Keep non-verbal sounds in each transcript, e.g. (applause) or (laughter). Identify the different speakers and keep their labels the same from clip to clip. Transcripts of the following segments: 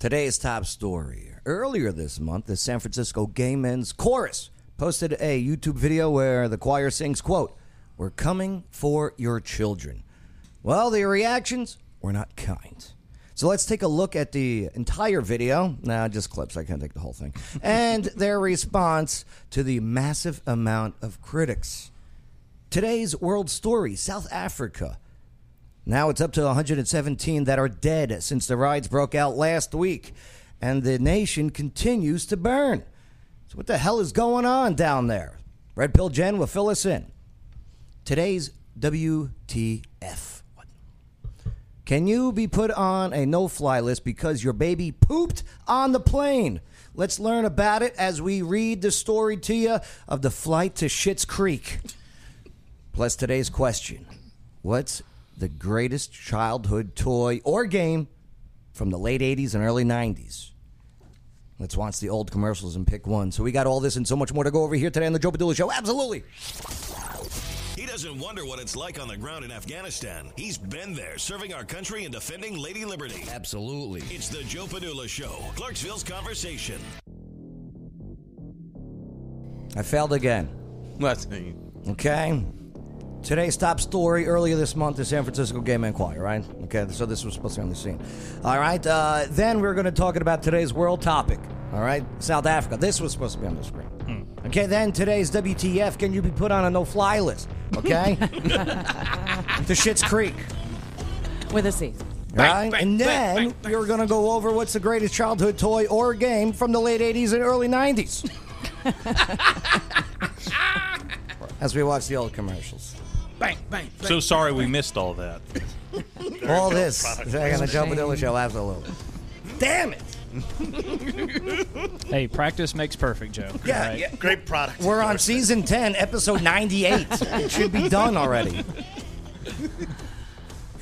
Speaker 1: Today's top story. Earlier this month, the San Francisco Gay Men's Chorus posted a YouTube video where the choir sings, quote, We're coming for your children. Well, the reactions were not kind. So let's take a look at the entire video. Now, just clips. I can't take the whole thing. And their response to the massive amount of critics. Today's world story South Africa. Now it's up to 117 that are dead since the riots broke out last week, and the nation continues to burn. So, what the hell is going on down there? Red Pill Jen will fill us in. Today's WTF. Can you be put on a no fly list because your baby pooped on the plane? Let's learn about it as we read the story to you of the flight to Schitt's Creek. Plus today's question What's the greatest childhood toy or game from the late 80s and early 90s? Let's watch the old commercials and pick one. So we got all this and so much more to go over here today on the Joe Padula Show. Absolutely.
Speaker 2: He doesn't wonder what it's like on the ground in Afghanistan. He's been there, serving our country and defending Lady Liberty.
Speaker 3: Absolutely.
Speaker 2: It's the Joe Panula Show, Clarksville's conversation.
Speaker 1: I failed again. Okay. Today's top story earlier this month the San Francisco Gay Men Choir, right? Okay, so this was supposed to be on the scene. All right, uh, then we're going to talk about today's world topic. All right, South Africa. This was supposed to be on the screen. Okay, then today's WTF. Can you be put on a no fly list? Okay? to Shit's Creek.
Speaker 4: With a C.
Speaker 1: Right? and then we're going to go over what's the greatest childhood toy or game from the late 80s and early 90s. As we watch the old commercials.
Speaker 5: So sorry we missed all that.
Speaker 1: (laughs) All this. They're going to jump into the show, absolutely. Damn it.
Speaker 6: Hey, practice makes perfect, Joe.
Speaker 1: Yeah,
Speaker 6: right?
Speaker 1: yeah.
Speaker 3: Great product.
Speaker 1: We're on season 10, episode 98. it should be done already.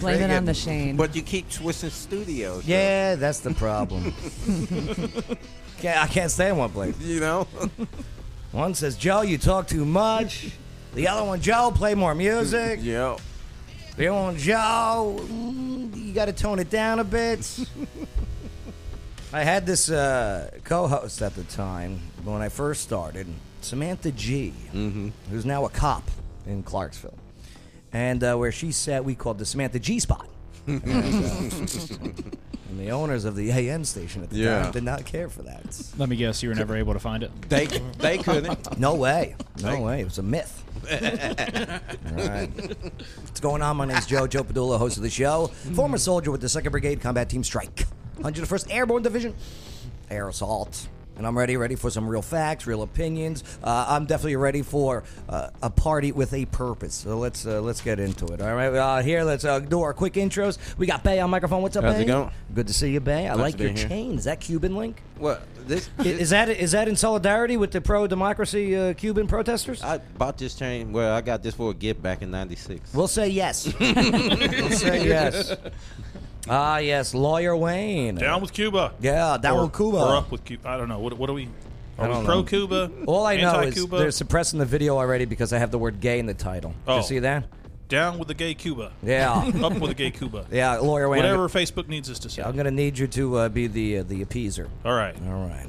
Speaker 4: Blame it on the Shane.
Speaker 7: But you keep twisting studios.
Speaker 1: (laughs)
Speaker 7: though.
Speaker 1: Yeah, that's the problem. Can't- I can't stay in one place.
Speaker 7: (laughs) You know?
Speaker 1: One says, Joe, you talk too much. The other one, Joe, play more music.
Speaker 7: (laughs) yeah.
Speaker 1: The other one, Joe, mm, you got to tone it down a
Speaker 7: (laughs)
Speaker 1: bit. I had this uh, co host at the time when I first started, Samantha G,
Speaker 7: Mm-hmm.
Speaker 1: who's now a cop in Clarksville. And uh, where she sat, we called the Samantha G
Speaker 7: (laughs)
Speaker 1: spot. And, uh, (laughs) and the owners of the AM station at the
Speaker 7: Yeah.
Speaker 1: time did not care for that.
Speaker 6: (laughs) Let me guess, you were never able to find it.
Speaker 7: They
Speaker 6: (laughs)
Speaker 7: they couldn't.
Speaker 1: No way. No way. It was a (laughs) myth. All right. What's going on? My name's Joe. Joe Padula, host of the show. Former soldier with the 2nd Brigade Combat Team Strike, 101st Airborne Division, Air Assault. And I'm ready, ready for some real facts, real opinions. Uh, I'm definitely ready for uh, a party with a purpose. So let's uh, let's get into it. All right, uh, here let's uh, do our quick intros. We got Bay on microphone. What's up,
Speaker 7: How's it
Speaker 1: Bay?
Speaker 7: going?
Speaker 1: Good to see you, Bay. I
Speaker 7: to
Speaker 1: like
Speaker 7: be
Speaker 1: your
Speaker 7: here.
Speaker 1: chain. Is that Cuban link?
Speaker 7: Well, this,
Speaker 1: I- Is that is that in solidarity with the pro democracy uh, Cuban protesters?
Speaker 7: I bought this chain. Well, I got this for a gift back in '96.
Speaker 1: We'll say
Speaker 7: (laughs)
Speaker 1: yes. we'll say
Speaker 8: (laughs)
Speaker 1: yes. Ah, yes, lawyer Wayne.
Speaker 5: Down with Cuba.
Speaker 1: Yeah, down
Speaker 5: Or-
Speaker 1: with Cuba.
Speaker 5: Or up with Cuba. I don't know. What, what are we? Are
Speaker 1: don't
Speaker 5: we
Speaker 1: know.
Speaker 5: pro Cuba?
Speaker 1: All I know is
Speaker 5: Anti-Cuba?
Speaker 1: they're suppressing the video already because I have the word "gay" in the title. Did
Speaker 5: Oh.
Speaker 1: you see that?
Speaker 5: Down with the gay Cuba.
Speaker 1: Yeah,
Speaker 5: (laughs) Up with the gay Cuba.
Speaker 1: yeah, lawyer Wayne. I'm
Speaker 5: Whatever Facebook needs us to say.
Speaker 1: gonna- I'm gonna need you to uh, be the uh, the appeaser.
Speaker 5: All right.
Speaker 1: All right.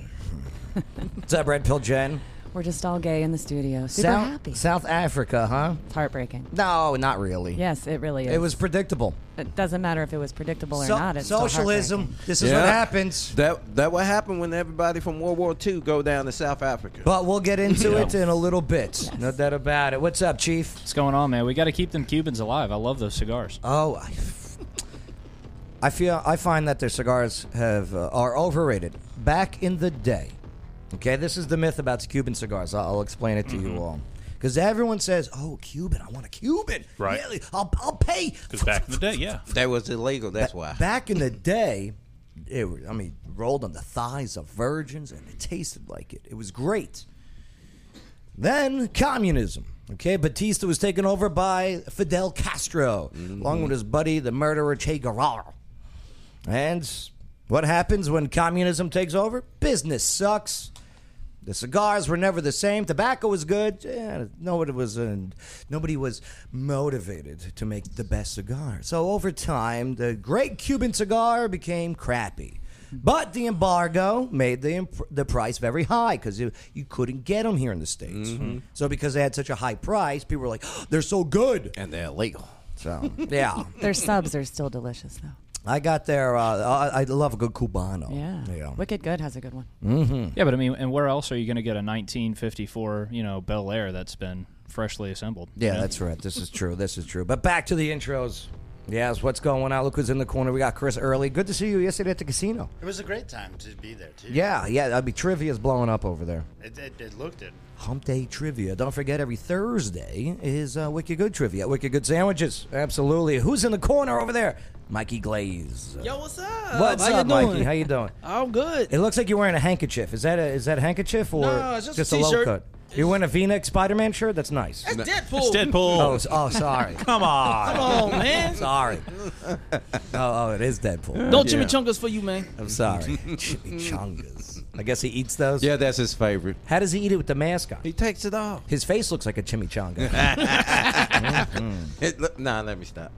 Speaker 1: What's up, Red Pill Jen?
Speaker 4: We're just all gay in the studio. Super
Speaker 1: South
Speaker 4: happy.
Speaker 1: South Africa, huh?
Speaker 4: It's heartbreaking.
Speaker 1: No, not really.
Speaker 4: Yes, it really is.
Speaker 1: It was predictable.
Speaker 4: It doesn't matter if it was predictable or
Speaker 1: So-
Speaker 4: not. It's still
Speaker 1: socialism. This is
Speaker 7: Yeah.
Speaker 1: what happens.
Speaker 7: That that what happened when everybody from World War II go down to South Africa.
Speaker 1: But we'll get into it in a little bit. No doubt about it. What's up, Chief?
Speaker 6: What's going on, man? We got to keep them Cubans alive. I love those cigars.
Speaker 1: Oh, I, I feel I find that their cigars have uh, are overrated. Back in the day, okay, this is the myth about the Cuban cigars. I'll, I'll explain it to you all because everyone says, "Oh, Cuban, I want a Cuban."
Speaker 5: Right.
Speaker 1: Really? I'll I'll pay.
Speaker 5: Because back in the day, yeah.
Speaker 7: that was illegal. That's why. (laughs)
Speaker 1: Back in the day, it was, I mean, rolled on the thighs of virgins, and it tasted like it. It was great. Then communism. Okay, Batista was taken over by Fidel Castro, along with his buddy, the murderer Che Guevara. And what happens when communism takes over? Business sucks. The cigars were never the same. Tobacco was good. Yeah, nobody was uh, nobody was motivated to make the best cigar. So over time, the great Cuban cigar became crappy. But the embargo made the imp- the price very high because you, you couldn't get them here in the states.
Speaker 7: Mm-hmm.
Speaker 1: So because they had such a high price, people were like, "Oh, "They're so good."
Speaker 7: And they're illegal.
Speaker 1: So yeah,
Speaker 4: Their subs are still delicious, though.
Speaker 1: I got their. Uh, I, I love a good cubano.
Speaker 4: Yeah.
Speaker 1: yeah. Mm-hmm.
Speaker 4: Wicked Good has a good one.
Speaker 6: Yeah, but I mean, and where else are you going to get a 1954, you know, Bel Air that's been freshly assembled?
Speaker 1: Yeah, that's right. This is true. This is true. But back to the intros. Yes, what's going on? Look who's in the corner. We got Chris Early. Good to see you yesterday at the casino.
Speaker 3: It was a great time to be there too.
Speaker 1: Yeah, yeah. I'd be trivia's blowing up over there.
Speaker 3: It, it, it
Speaker 1: (laughs)
Speaker 3: looked it.
Speaker 1: Hump Day Trivia. Don't forget, every Thursday is uh, Wicked Good Trivia. Wicked Good Sandwiches. Absolutely. Who's in the corner over there? Mikey Glaze.
Speaker 7: Yo, what's up?
Speaker 1: What's
Speaker 7: Uh, How you
Speaker 1: up, Mikey?
Speaker 7: doing?
Speaker 1: How you
Speaker 7: (laughs)
Speaker 1: doing?
Speaker 7: I'm good.
Speaker 1: It looks like you're wearing a handkerchief. Is that a is that a handkerchief or
Speaker 7: No, it's just a
Speaker 1: a, low
Speaker 7: t-shirt.
Speaker 1: cut? You're wearing a V-neck Spider-Man shirt. That's nice.
Speaker 7: That's
Speaker 5: It's
Speaker 7: Deadpool.
Speaker 5: Deadpool.
Speaker 1: Oh, s- oh, sorry. Come on.
Speaker 7: (laughs) Come on, man.
Speaker 1: Sorry. oh, oh, it is Deadpool.
Speaker 7: No chimichangas for you, man.
Speaker 1: I'm
Speaker 7: (laughs)
Speaker 1: sorry. Chimichangas. I guess he eats those.
Speaker 8: Yeah, that's his favorite.
Speaker 1: How does he eat it with the mask on?
Speaker 7: He takes it off.
Speaker 1: His face looks like a chimichanga. Mm-hmm.
Speaker 8: It, look- nah, let me
Speaker 1: (laughs)
Speaker 8: stop.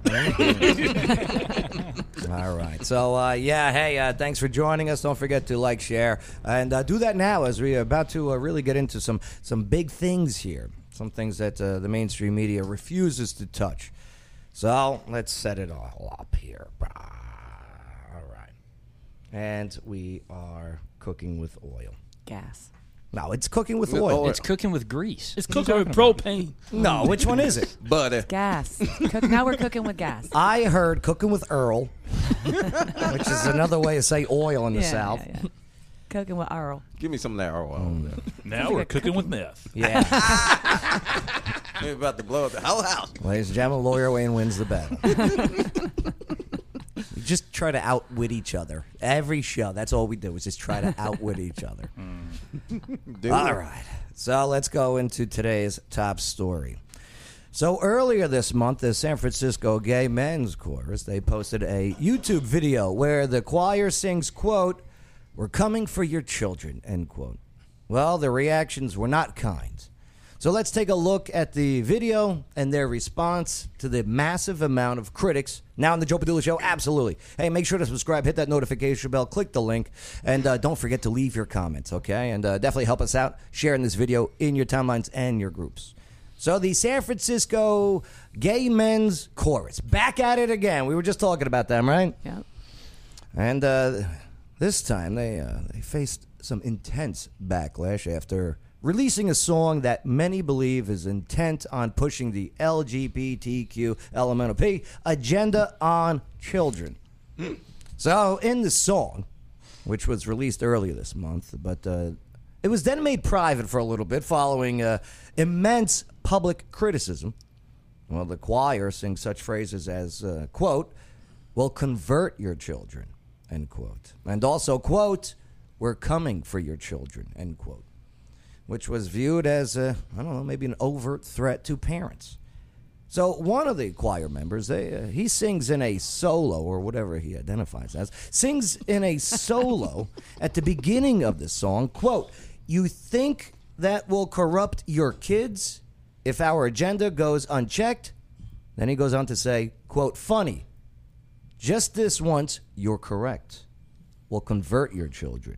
Speaker 1: All right. So, uh, yeah, hey, uh, thanks for joining us. Don't forget to like, share, and uh, do that now as we are about to uh, really get into some, some big things here, some things that uh, the mainstream media refuses to touch. So, let's set it all up here. All right. And we are cooking with oil.
Speaker 4: Gas.
Speaker 1: No, it's cooking with
Speaker 8: With
Speaker 1: oil.
Speaker 8: oil.
Speaker 6: It's cooking with grease.
Speaker 7: It's cooking with propane.
Speaker 1: No, which one is it?
Speaker 8: Butter.
Speaker 4: Gas. Cook, now we're cooking with gas.
Speaker 1: I heard cooking with Earl, which is another way to say oil in the
Speaker 4: Yeah,
Speaker 1: South. Mm.
Speaker 4: yeah, yeah. Cooking with Earl.
Speaker 8: Give me some of that oil.
Speaker 5: now we're cooking with meth.
Speaker 6: (laughs)
Speaker 8: (laughs)
Speaker 1: Yeah. (laughs)
Speaker 8: We're about to blow up the whole house.
Speaker 1: Ladies and gentlemen, lawyer Wayne wins the battle. (laughs) we just try to outwit each other. Every show, that's all we do is just try to outwit each other.
Speaker 8: Do
Speaker 1: All
Speaker 8: it.
Speaker 1: right. So let's go into today's top story. So earlier this month, the San Francisco Gay Men's Chorus, they posted a YouTube video where the choir sings, quote, We're coming for your children, end quote. Well, the reactions were not kind. So let's take a look at the video and their response to the massive amount of critics. Now on the Joe Padula Show, absolutely. Hey, make sure to subscribe, hit that notification bell, click the link, and uh, don't forget to leave your comments, okay? And uh, definitely help us out sharing this video in your timelines and your groups. So the San Francisco Gay Men's Chorus, back at it again. We were just talking about them, right?
Speaker 4: Yep.
Speaker 1: And uh, this time they uh, they faced some intense backlash after releasing a song that many believe is intent on pushing the LGBTQ LMNOP agenda on children. So in the song, which was released earlier this month, but uh, it was then made private for a little bit following uh, immense public criticism. Well, the choir sings such phrases as, uh, quote, will convert your children, end quote. And also, quote, we're coming for your children, end quote. Which was viewed as, a, I don't know, maybe an overt threat to parents. So one of the choir members, they, uh, he sings in a solo or whatever he identifies as, sings in a solo at the beginning of the song. "Quote: You think that will corrupt your kids if our agenda goes unchecked?" Then he goes on to say, "Quote: Funny, just this once, you're correct. Will convert your children.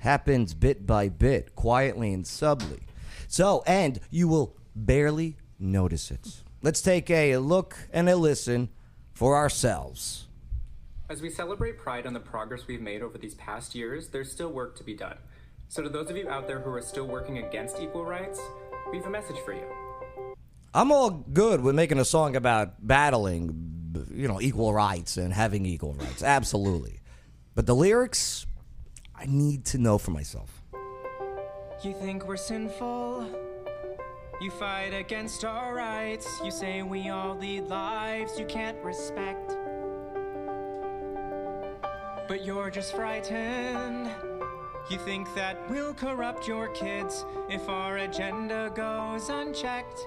Speaker 1: Happens bit by bit, quietly and subtly. So, and you will barely notice it. Let's take a look and a listen for ourselves.
Speaker 9: As we celebrate pride on the progress we've made over these past years, there's still work to be done. So, to those of you out there who are still working against equal rights, we have a message for you.
Speaker 1: I'm all good with making a song about battling, b- you know, equal rights and having equal rights. Absolutely. But the lyrics, I need to know for myself.
Speaker 9: You think we're sinful? You fight against our rights. You say we all lead lives you can't respect. But you're just frightened. You think that we'll corrupt your kids if our agenda goes unchecked.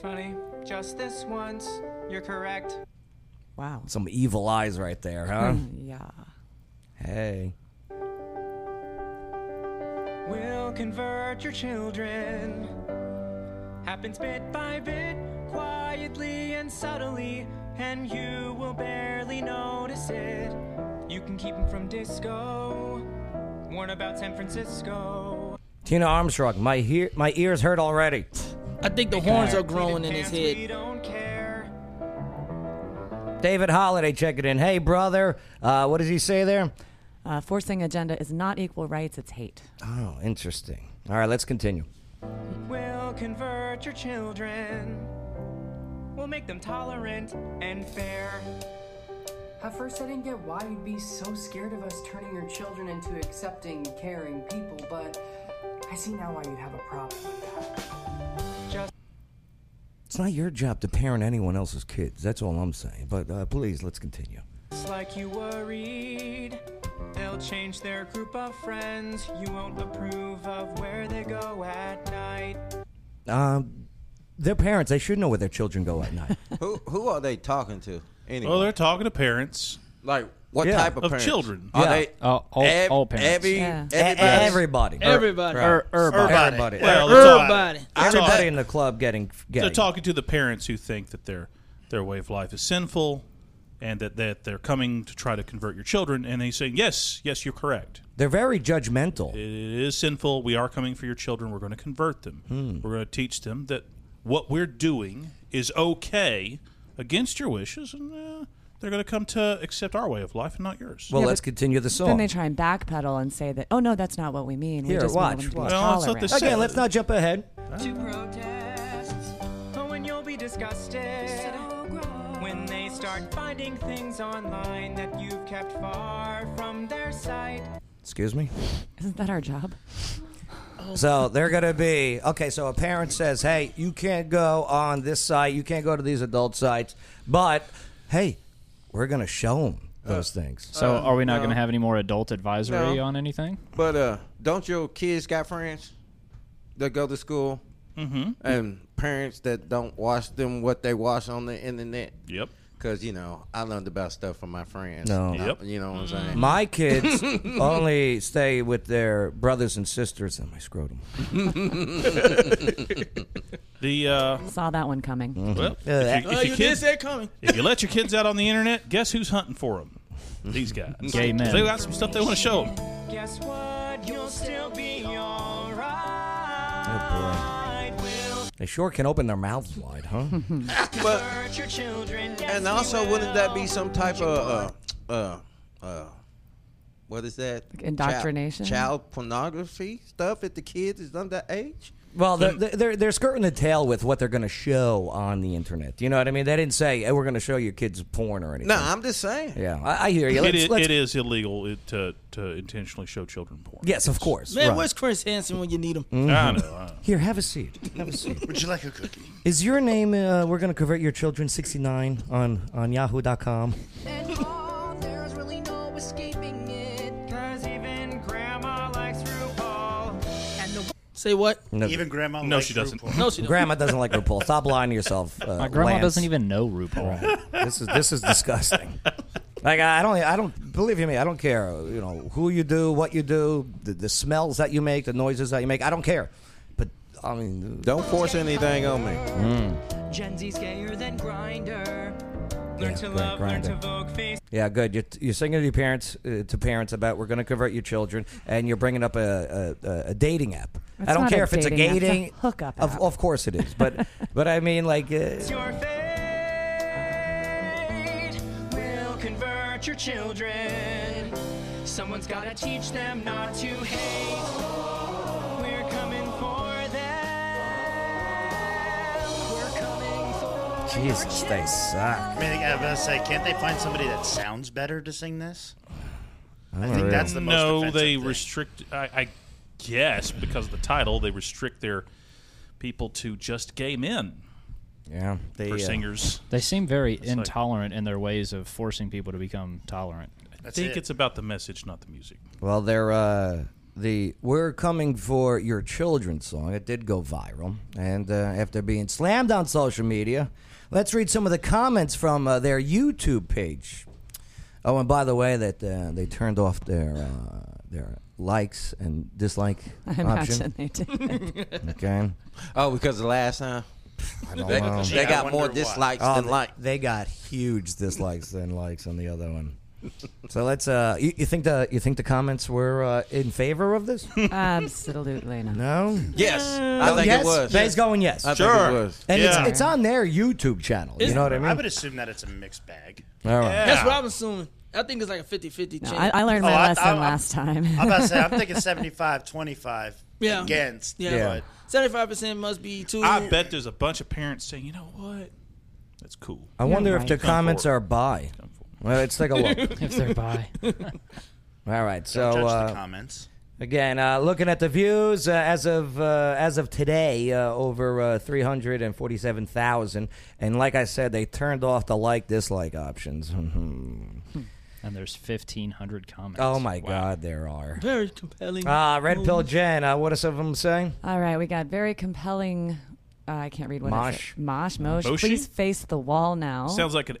Speaker 9: Funny, just this once, you're correct.
Speaker 4: Wow.
Speaker 1: Some evil eyes right there, huh?
Speaker 4: (laughs) Yeah.
Speaker 1: hey.
Speaker 9: will convert your children. Happens bit by bit, quietly and subtly, and you will barely notice it. You can keep him from disco. Warn about San Francisco.
Speaker 1: Tina Armstrong, my hear, my ears hurt already.
Speaker 10: I think the horns are
Speaker 9: Pleated
Speaker 10: growing in his
Speaker 9: pants, We
Speaker 10: head.
Speaker 9: don't care.
Speaker 1: David Holiday checking in. Hey, brother, uh, what does he say there?
Speaker 4: Uh, forcing agenda is not equal rights; it's hate.
Speaker 1: Oh, interesting. All right, let's continue.
Speaker 9: We'll convert your children. We'll make them tolerant and fair.
Speaker 11: At first, I didn't get why you'd be so scared of us turning your children into accepting, caring people, but I see now why you'd have a problem with that.
Speaker 1: It's not your job to parent anyone else's kids. That's all I'm saying. But uh, please, let's continue.
Speaker 9: Just like you worried. They'll change their group of friends. You won't approve of where they go at night.
Speaker 1: Um, their parents, they should know where their children go at (laughs) night.
Speaker 8: Who who are they talking to? Anyway,
Speaker 5: Well, they're talking to parents.
Speaker 8: like what
Speaker 1: Yeah.
Speaker 8: type of,
Speaker 5: Of
Speaker 8: parents?
Speaker 5: children.
Speaker 8: Are
Speaker 1: Yeah.
Speaker 8: they
Speaker 6: Uh, all-
Speaker 8: ev-
Speaker 6: all parents.
Speaker 8: Every,
Speaker 4: Yeah.
Speaker 1: E-
Speaker 8: everybody.
Speaker 1: everybody.
Speaker 10: Everybody.
Speaker 6: Er, er,
Speaker 1: Everybody. Everybody.
Speaker 5: Well, it's all-
Speaker 10: Everybody.
Speaker 5: it's all-
Speaker 1: Everybody in the club getting
Speaker 5: They're
Speaker 1: getting.
Speaker 5: talking to the parents who think that their their way of life is sinful, and that, that they're coming to try to convert your children. And they say, "Yes, yes, you're correct.
Speaker 1: They're very judgmental.
Speaker 5: It is sinful. We are coming for your children. We're going to convert them.
Speaker 1: Hmm.
Speaker 5: We're going to teach them that what we're doing is okay against your wishes, and uh, they're going to come to accept our way of life and not yours."
Speaker 1: Well,
Speaker 4: Yeah,
Speaker 1: let's
Speaker 4: but
Speaker 1: continue the
Speaker 4: Then
Speaker 1: song.
Speaker 4: they try and backpedal and say that, oh no, that's not what we mean.
Speaker 1: Here,
Speaker 4: we just
Speaker 1: watch,
Speaker 4: want them
Speaker 1: watch.
Speaker 4: to be
Speaker 5: Well, it's not
Speaker 4: tolerant.
Speaker 5: the same.
Speaker 1: Again, let's not jump
Speaker 5: (laughs)
Speaker 1: ahead.
Speaker 9: To protest. Oh, and you'll be disgusted. When they start finding things online that you've kept far from their sight.
Speaker 1: Excuse me.
Speaker 4: Isn't that our job?
Speaker 8: Oh.
Speaker 1: So they're going to be okay. So a parent says, "Hey, you can't go on this site. You can't go to these adult sites." But hey, we're going to show them those things.
Speaker 8: Uh,
Speaker 6: So are we not going to have any more adult advisory
Speaker 7: no.
Speaker 6: on anything?
Speaker 8: But uh, don't your kids got friends that go to school? Mm-hmm. And parents that don't watch them what they watch on the internet?
Speaker 5: Yep.
Speaker 8: Because, you know, I learned about stuff from my friends.
Speaker 1: No.
Speaker 8: I-
Speaker 5: Yep. Mm-hmm.
Speaker 8: you know what I'm saying? (laughs)
Speaker 1: My kids only stay with their brothers and sisters in my scrotum.
Speaker 8: (laughs)
Speaker 5: The uh, Mm-hmm.
Speaker 4: Saw that one coming.
Speaker 5: well, if
Speaker 1: that-
Speaker 5: you,
Speaker 10: Oh,
Speaker 5: if
Speaker 10: you did
Speaker 5: your kids-
Speaker 10: say coming.
Speaker 5: If you let your kids out on the internet, guess who's hunting for them?
Speaker 1: (laughs)
Speaker 5: These guys.
Speaker 6: Gay men.
Speaker 5: They got some stuff they want to show them.
Speaker 9: Guess what? You'll still be
Speaker 1: Oh,
Speaker 9: alright. We'll
Speaker 1: They sure can open their mouths wide, huh?
Speaker 8: (laughs)
Speaker 7: But
Speaker 9: hurt your children. Yes,
Speaker 8: and
Speaker 9: we
Speaker 8: also, wouldn't that be
Speaker 9: will.
Speaker 8: some type of, uh, uh, uh, what is that?
Speaker 4: indoctrination?
Speaker 8: Child, child pornography stuff if the kids is underage?
Speaker 1: well, they're, they're, they're skirting the tail with what they're going to show on the internet. You know what I mean? They didn't say, hey, we're going to show your kids porn or anything.
Speaker 8: No, I'm just saying.
Speaker 1: Yeah, I, I hear you.
Speaker 5: It
Speaker 1: Let's,
Speaker 5: is,
Speaker 1: let's-
Speaker 5: it is illegal it, to, to intentionally show children porn.
Speaker 1: Yes, of course.
Speaker 10: Man,
Speaker 1: right. Mm-hmm.
Speaker 10: where's Chris Hansen when you need him?
Speaker 5: I know. I know.
Speaker 1: Here, have a seat. Have a seat.
Speaker 3: Would you like a cookie?
Speaker 1: Is your name, uh, we're going to convert your children 69 on, on yahoo.com?
Speaker 11: And mom, there's really no escaping it.
Speaker 9: Cause even grandma likes RuPaul.
Speaker 10: Say what?
Speaker 1: No,
Speaker 3: Even grandma.
Speaker 5: No,
Speaker 3: likes
Speaker 5: she doesn't.
Speaker 3: RuPaul.
Speaker 10: No, she don't.
Speaker 1: Grandma doesn't like
Speaker 5: (laughs)
Speaker 1: RuPaul. Stop lying to yourself. Uh,
Speaker 6: My grandma
Speaker 1: Lance.
Speaker 6: doesn't even know RuPaul.
Speaker 1: This is this is disgusting.
Speaker 6: e-
Speaker 1: Like I don't I don't believe you me. I don't care. You know who you do, what you do, the, the smells that you make, the noises that you make. I don't care. But I mean, Mm.
Speaker 8: Don't force anything on me.
Speaker 9: Gen Z's gayer than Grinder. Learn
Speaker 1: Yeah,
Speaker 9: to
Speaker 1: Grindr,
Speaker 9: love, learn to
Speaker 1: Grindr.
Speaker 9: vogue face.
Speaker 1: yeah, good. You're, you're singing to your parents uh, to parents about we're going to convert your children, and you're bringing up a a, a, a dating app.
Speaker 4: It's
Speaker 1: I don't
Speaker 4: not
Speaker 1: care
Speaker 4: a
Speaker 1: if it's a
Speaker 4: dating app, it's a
Speaker 1: gating
Speaker 4: hookup
Speaker 1: Of,
Speaker 4: app.
Speaker 1: of course it is,
Speaker 4: (laughs)
Speaker 1: but but I mean like uh,
Speaker 9: Your fate will convert your children. Someone's gotta teach them not to hate. We're coming for them. We're coming for
Speaker 1: Jesus, they suck.
Speaker 3: I mean, I was gonna say, can't they find somebody that sounds better to sing this? I, think
Speaker 1: really.
Speaker 3: that's the most.
Speaker 5: No,
Speaker 3: offensive
Speaker 5: they
Speaker 3: thing.
Speaker 5: restrict. I, I guess because of the title, they restrict their people to just gay men
Speaker 1: Yeah, they
Speaker 5: (laughs) for
Speaker 1: uh,
Speaker 5: singers.
Speaker 6: They seem very
Speaker 5: like-
Speaker 6: intolerant in their ways of forcing people to become tolerant.
Speaker 5: I
Speaker 3: That's
Speaker 5: think
Speaker 3: it.
Speaker 5: it's about the message, not the music.
Speaker 1: Well, they're uh, the "We're Coming for Your Children" song. It did go viral, and uh, after being slammed on social media, let's read some of the comments from uh, their YouTube page. Oh, and by the way, that uh, they turned off their uh, their likes and dislike
Speaker 4: I
Speaker 1: option.
Speaker 4: imagine they did.
Speaker 1: Okay,
Speaker 8: Oh, because the last time
Speaker 1: I don't
Speaker 8: they,
Speaker 1: know.
Speaker 8: they
Speaker 3: I
Speaker 8: got
Speaker 3: wonder
Speaker 8: more
Speaker 3: why.
Speaker 8: dislikes
Speaker 1: Oh,
Speaker 8: than
Speaker 1: they-
Speaker 8: likes.
Speaker 1: they got huge dislikes than likes on the other one. So let's. Uh, you, you think the you think the comments were uh, in favor of this?
Speaker 4: Absolutely not.
Speaker 1: No.
Speaker 8: Yes,
Speaker 1: I think it was. Ben's going yes.
Speaker 8: I think it Sure. was.
Speaker 1: And
Speaker 8: Yeah.
Speaker 1: it's, it's on their YouTube channel. you know what I mean?
Speaker 3: would assume that it's a mixed bag.
Speaker 1: All right.
Speaker 10: That's what I'm assuming. I think it's like a 50 50 chance.
Speaker 4: I, I learned my
Speaker 3: Oh, I-
Speaker 4: lesson
Speaker 3: I- I-
Speaker 4: last time.
Speaker 3: I'm about
Speaker 1: (laughs)
Speaker 3: to say, I'm thinking 75 25
Speaker 10: Yeah.
Speaker 3: against.
Speaker 10: Yeah.
Speaker 5: Yeah.
Speaker 10: Seventy-five percent must be two.
Speaker 5: I bet there's a bunch of parents saying, you know what? That's cool.
Speaker 1: I wonder if the
Speaker 5: Come
Speaker 1: comments
Speaker 5: forward.
Speaker 1: are bi. Well, let's take a look.
Speaker 5: (laughs) If they're bi.
Speaker 1: (laughs) All right, so
Speaker 5: judge the
Speaker 1: uh,
Speaker 3: comments.
Speaker 1: Again, uh, looking at the views uh, as of uh, as of today, uh, over uh, three hundred and forty-seven thousand. And like I said, they turned off the like dislike options. (laughs) Mhm.
Speaker 6: And there's 1,500 comments.
Speaker 1: oh my God, there are.
Speaker 10: Very compelling.
Speaker 1: Ah, Red Pill Jen, uh, what are some of them saying?
Speaker 4: (laughs) All right, we got very compelling. Uh, I can't read what
Speaker 1: Mosh.
Speaker 4: It, mosh, mosh.
Speaker 5: Moshi?
Speaker 4: Please face the wall now.
Speaker 5: Sounds like an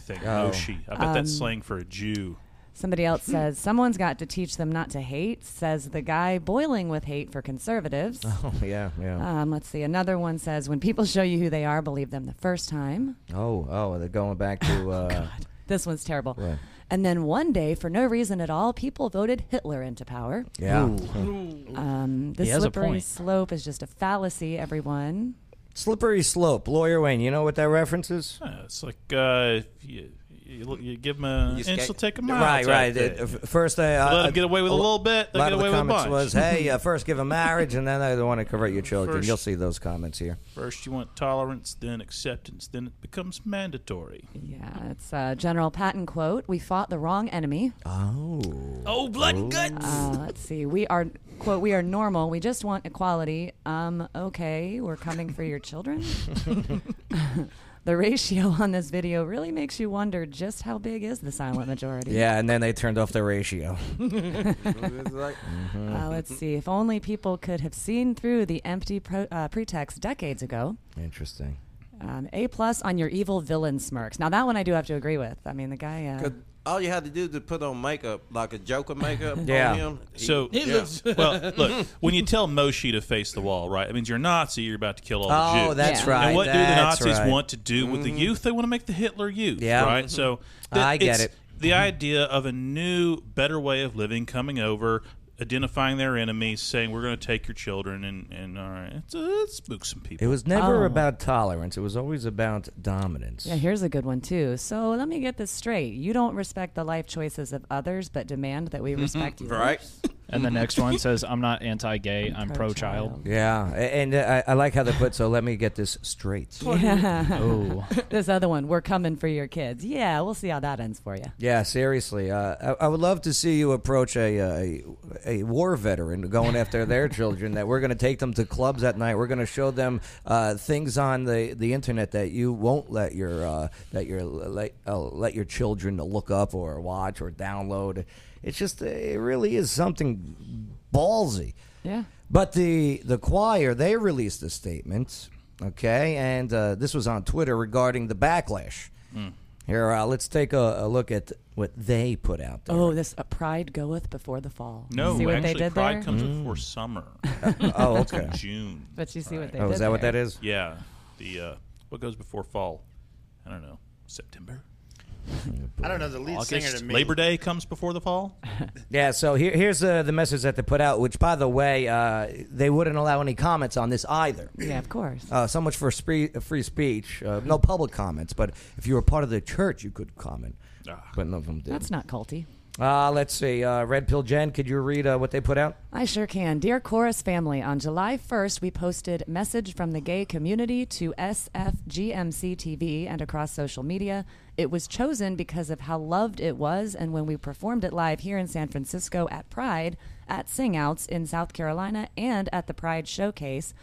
Speaker 1: (laughs)
Speaker 5: thing.
Speaker 4: Oh.
Speaker 5: Moshi. I bet
Speaker 4: Um,
Speaker 5: that's slang for a Jew.
Speaker 4: Somebody else says someone's got to teach them not to hate. Says the guy boiling with hate for conservatives.
Speaker 1: Oh yeah, yeah.
Speaker 4: Um, let's see. Another one says when people show you who they are, believe them the first time.
Speaker 1: Oh, oh, they're going back to.
Speaker 4: (laughs)
Speaker 1: Uh,
Speaker 4: This one's terrible.
Speaker 1: Right.
Speaker 4: And then one day, for no reason at all, people voted Hitler into power.
Speaker 1: Yeah.
Speaker 4: Um, the
Speaker 1: He has a
Speaker 4: slippery
Speaker 1: point.
Speaker 4: slope is just a fallacy. Everyone.
Speaker 1: Slippery slope, lawyer Wayne. You know what that reference is?
Speaker 5: Uh, it's like uh, if you, you, you give them an
Speaker 1: You
Speaker 5: inch,
Speaker 1: sca-
Speaker 5: will take a mile.
Speaker 1: Right,
Speaker 5: type
Speaker 1: right.
Speaker 5: thing.
Speaker 1: Uh, f- first, they uh,
Speaker 5: let
Speaker 1: uh,
Speaker 5: them get away with
Speaker 1: a
Speaker 5: a,
Speaker 1: lo-
Speaker 5: little bit. They
Speaker 1: lot
Speaker 5: get
Speaker 1: of the
Speaker 5: away with a
Speaker 1: comments
Speaker 5: bunch.
Speaker 1: was, "Hey, uh, first give a marriage, and then uh, they want to
Speaker 5: (laughs)
Speaker 1: convert your children." you
Speaker 5: First-
Speaker 1: You'll see those comments here.
Speaker 5: (laughs) First, you want tolerance, then acceptance, then it becomes mandatory.
Speaker 4: Yeah, it's uh, General Patton quote. We fought the wrong enemy.
Speaker 1: Oh.
Speaker 10: Oh, blood and guts.
Speaker 4: Uh, let's see. We are quote. We are normal. We just want equality. Um. Okay. We're coming for your children. (laughs) the ratio on this video really makes you wonder just how big is the silent majority.
Speaker 1: Yeah, and then they turned off the
Speaker 5: (laughs)
Speaker 1: ratio. Mm-hmm.
Speaker 4: Uh, let's see. If only people could have seen through the empty pro- uh, pretext decades ago.
Speaker 1: (laughs) Interesting.
Speaker 4: Um, a plus on your evil villain smirks. Now that one I do have to agree with. I mean the guy. Uh,
Speaker 8: Good. All you had to do is to put on makeup, like a Joker makeup on him. He-
Speaker 5: (laughs) So,
Speaker 8: yeah.
Speaker 5: well,
Speaker 8: (laughs)
Speaker 5: look, when you tell Moshi to face the wall, right? It means you're a Nazi, you're about to kill all the
Speaker 1: Oh,
Speaker 5: Jews.
Speaker 1: that's Yeah. right,
Speaker 5: And what
Speaker 1: that's
Speaker 5: do the Nazis
Speaker 1: right.
Speaker 5: want to do with the
Speaker 1: Mhm.
Speaker 5: youth? They want to make the Hitler youth,
Speaker 1: Yeah.
Speaker 5: right? So, th-
Speaker 1: I get
Speaker 5: it's
Speaker 1: it.
Speaker 5: The idea of a new, better way of living coming over, identifying their enemies, saying, we're going to take your children, and, and all right, it's, uh, it spooks some people.
Speaker 1: It was never
Speaker 4: Oh.
Speaker 1: about tolerance. It was always about dominance.
Speaker 4: Yeah, here's a good one too. So let me get this straight. You don't respect the life choices of others, but demand that (laughs) we respect yours.
Speaker 6: And the next one says, I'm not anti gay, I'm pro child.
Speaker 1: Yeah, a- and uh, I, I like how they put. So let me get this straight.
Speaker 4: Yeah.
Speaker 1: (laughs) Oh.
Speaker 4: (laughs) this other one, we're coming for your kids. Yeah, we'll see how that ends for you.
Speaker 1: Yeah, seriously. Uh, I, I would love to see you approach a, uh, a a war veteran going after their children. That we're going to take them to clubs at night. We're going to show them uh, things on the, the internet that you won't let your uh, that your let, uh, let your children to look up or watch or download. It's just uh, it really is something ballsy.
Speaker 4: Yeah.
Speaker 1: But the the choir they released a statement, okay, and uh, this was on Twitter regarding the backlash. Here, uh, let's take a, a look at what they put out. There.
Speaker 4: Oh, this uh, pride goeth before the fall.
Speaker 5: No,
Speaker 4: see what
Speaker 5: actually,
Speaker 4: they did
Speaker 5: pride
Speaker 4: there?
Speaker 5: comes before summer.
Speaker 1: Mm. (laughs) oh,
Speaker 5: That's in
Speaker 1: okay.
Speaker 5: June.
Speaker 4: But you see what they
Speaker 1: Oh, is
Speaker 4: did
Speaker 1: that what
Speaker 4: there.
Speaker 1: that is?
Speaker 5: Yeah, the uh, what goes before fall? I don't know.
Speaker 1: (laughs)
Speaker 5: September.
Speaker 3: I don't know. The lead
Speaker 5: August.
Speaker 3: singer to me.
Speaker 5: Labor Day comes before the fall.
Speaker 1: Yeah. So here, here's the the message that they put out. Which, by the way, uh, they wouldn't allow any comments on this either.
Speaker 4: Yeah, of course.
Speaker 1: Uh, so much for spree, free speech. Uh, no public comments. But if you were part of the church, you could comment. But none of them did.
Speaker 4: That's not culty.
Speaker 1: Uh, let's see. Uh, Red Pill Jen, could you read uh, what they put out?
Speaker 4: I sure can. Dear Chorus family, on July 1st, we posted message from the gay community to SFGMC TV and across social media. It was chosen because of how loved it was, and when we performed it live here in San Francisco at Pride, at Sing Outs in South Carolina, and at the Pride Showcase.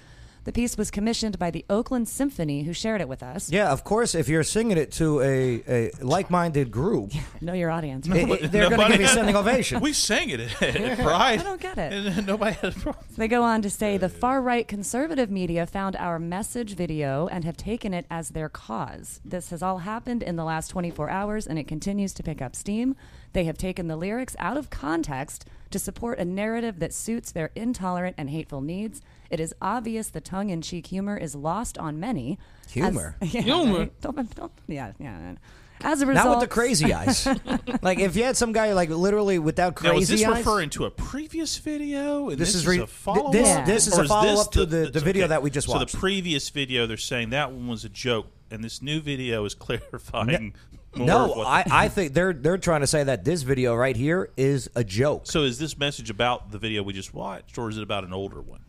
Speaker 4: The piece was commissioned by the Oakland Symphony, who shared it with us.
Speaker 1: Yeah, of course. If you're singing it to a, a like-minded group,
Speaker 4: Know your audience.
Speaker 1: it-
Speaker 5: (laughs)
Speaker 1: it- they're going to
Speaker 5: Nobody-
Speaker 1: give you standing ovation.
Speaker 5: (laughs) we sang it
Speaker 1: (laughs)
Speaker 5: at,
Speaker 4: (laughs)
Speaker 5: at Pride.
Speaker 4: I don't get it.
Speaker 5: nobody had a problem.
Speaker 4: They go on to say the far right conservative media found our message video and have taken it as their cause. This has all happened in the last 24 hours and it continues to pick up steam. They have taken the lyrics out of context to support a narrative that suits their intolerant and hateful needs. It is obvious the tongue in cheek humor is lost on many. as-
Speaker 1: Humor?
Speaker 4: (laughs) Yeah,
Speaker 10: Humor?
Speaker 4: right? Don't- don't- (laughs) yeah, yeah. As a result,
Speaker 1: Not with the crazy
Speaker 4: (laughs)
Speaker 1: eyes. like if you had some guy like literally without crazy
Speaker 5: Now, is this
Speaker 1: eyes.
Speaker 5: referring to a previous video? And
Speaker 1: This
Speaker 5: this,
Speaker 1: is
Speaker 5: is,
Speaker 1: re-
Speaker 5: a follow-up?
Speaker 1: th- this- this is
Speaker 5: Or
Speaker 1: a follow-up to
Speaker 5: the-
Speaker 1: the- the video
Speaker 5: okay.
Speaker 1: that we just watched.
Speaker 5: So the previous video, they're saying that one was a joke, and this new video is (laughs) clarifying more of
Speaker 1: no,
Speaker 5: what
Speaker 1: I, I think they're they're trying to say that this video right here is a joke.
Speaker 5: So is this message about the video we just watched, or is it about an older one?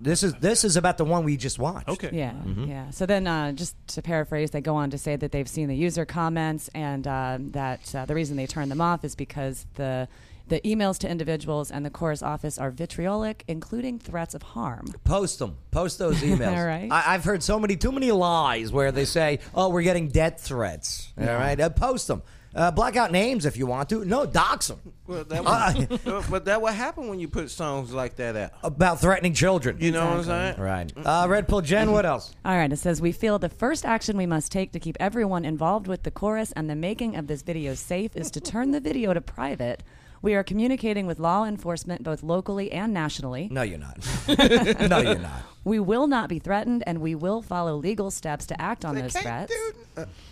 Speaker 1: This is this is about the one we just watched. (laughs) Mm-hmm. Okay.
Speaker 4: Yeah, yeah. So then, uh, just to paraphrase, they go on to say that they've seen the user comments and uh, that uh, the reason they turn them off is because the the emails to individuals and the chorus office are vitriolic, including threats of harm.
Speaker 1: Post them. Post
Speaker 4: (laughs)
Speaker 1: those emails.
Speaker 4: All right.
Speaker 1: I, I've heard so many, too many lies where they say, "Oh, we're getting death threats." All
Speaker 8: Yeah.
Speaker 1: right, uh, post them. Uh, black out names if you want to. No, dox them
Speaker 8: Well,
Speaker 1: (laughs)
Speaker 8: that would, uh, but that would happen when you put songs like that out.
Speaker 1: about threatening children.
Speaker 8: You know what I'm saying?
Speaker 1: Right. Uh, Red Pill Jen, what else?
Speaker 4: (laughs) All right, it says we feel the first action we must take to keep everyone involved with the chorus and the making of this video safe is to turn the video to private. We are communicating with law enforcement both locally and nationally.
Speaker 1: No, you're
Speaker 4: (laughs)
Speaker 1: not. (laughs) no, you're not.
Speaker 4: We will not be threatened and we will follow legal steps to act on those threats.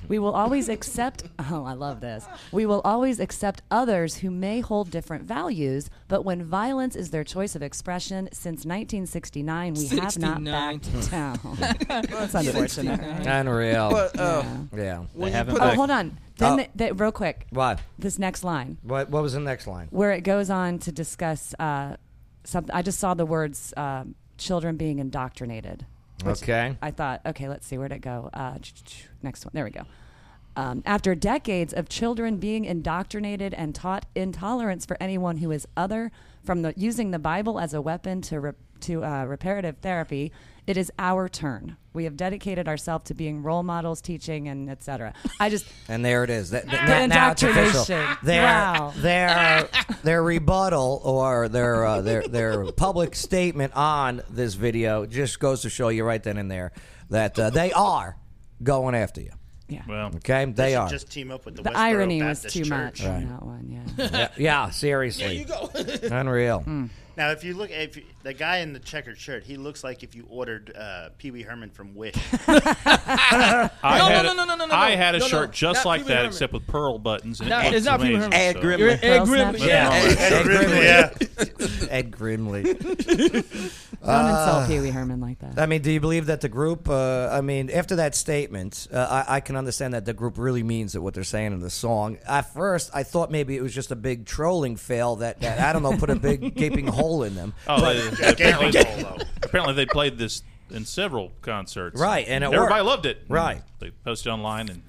Speaker 4: We will always accept, (laughs) oh, I love this. We will always accept others who may hold different values, but when violence is their choice of expression, since 1969, we have not
Speaker 10: 69.
Speaker 4: backed (laughs) down.
Speaker 1: (laughs)
Speaker 4: That's
Speaker 10: Well,
Speaker 4: unfortunate.
Speaker 10: 69.
Speaker 4: right?
Speaker 1: Unreal.
Speaker 10: But,
Speaker 1: yeah.
Speaker 10: uh,
Speaker 1: yeah.
Speaker 4: Oh, hold on. Then,
Speaker 1: Oh.
Speaker 4: th- th- real quick,
Speaker 1: What?
Speaker 4: this next line
Speaker 1: What? What was the next line?
Speaker 4: where it goes on to discuss uh, something. I just saw the words uh, children being indoctrinated. which
Speaker 1: Okay.
Speaker 4: I thought, okay, let's see, where'd it go? Uh, ch- ch- next one. There we go. Um, after decades of children being indoctrinated and taught intolerance for anyone who is other, from the, using the Bible as a weapon to, re- to uh, reparative therapy, it is our turn. We have dedicated ourselves to being role models, teaching, and etc. I just
Speaker 1: (laughs) And there it is. That, that- that- now it's official.
Speaker 4: indoctrination.
Speaker 1: Their,
Speaker 4: Wow. (laughs)
Speaker 1: their, their rebuttal or their, uh, their, their public statement on this video just goes to show you right then and there that uh, they are going after you.
Speaker 4: Yeah.
Speaker 5: Well,
Speaker 1: okay, they
Speaker 3: should
Speaker 1: are.
Speaker 3: Just team up with the,
Speaker 4: The
Speaker 3: Westboro
Speaker 4: irony was
Speaker 3: Baptist
Speaker 4: too
Speaker 3: Church.
Speaker 4: much on
Speaker 1: Right.
Speaker 4: that one. Yeah.
Speaker 1: yeah, yeah, seriously.
Speaker 4: (laughs)
Speaker 1: (laughs) Unreal.
Speaker 3: Now, if you look, if you, the guy in the checkered shirt, he looks like if you ordered uh, Pee Wee Herman from (laughs) Wish.
Speaker 5: I
Speaker 3: No,
Speaker 5: had
Speaker 3: no, no,
Speaker 5: a-
Speaker 3: no, no, no,
Speaker 5: I
Speaker 3: no.
Speaker 5: had a
Speaker 3: No, no.
Speaker 5: shirt just
Speaker 3: Not
Speaker 5: like
Speaker 3: Pee Wee
Speaker 5: that,
Speaker 3: Herman.
Speaker 5: except with pearl buttons. And
Speaker 10: No,
Speaker 5: it
Speaker 10: it's not Pee Wee Herman. Ed Grimley. Ed Pearl Grimley, snap. yeah.
Speaker 5: uh,
Speaker 10: Ed
Speaker 1: Grimley.
Speaker 10: Yeah.
Speaker 1: Ed Grimley.
Speaker 4: (laughs) Don't
Speaker 1: Uh,
Speaker 4: insult Pee Wee Herman like that.
Speaker 1: I mean, do you believe that the group? Uh, I mean, after that statement, uh, I, I can understand that the group really means that what they're saying in the song. At first, I thought maybe it was just a big trolling fail that, that I don't know put a
Speaker 4: (laughs)
Speaker 1: big gaping hole (laughs) in them.
Speaker 5: Oh,
Speaker 1: But-
Speaker 5: they-
Speaker 1: (laughs)
Speaker 5: they apparently, apparently they played this in several concerts.
Speaker 1: Right, and it
Speaker 5: everybody
Speaker 1: worked.
Speaker 5: loved it.
Speaker 1: Right.
Speaker 5: They posted online and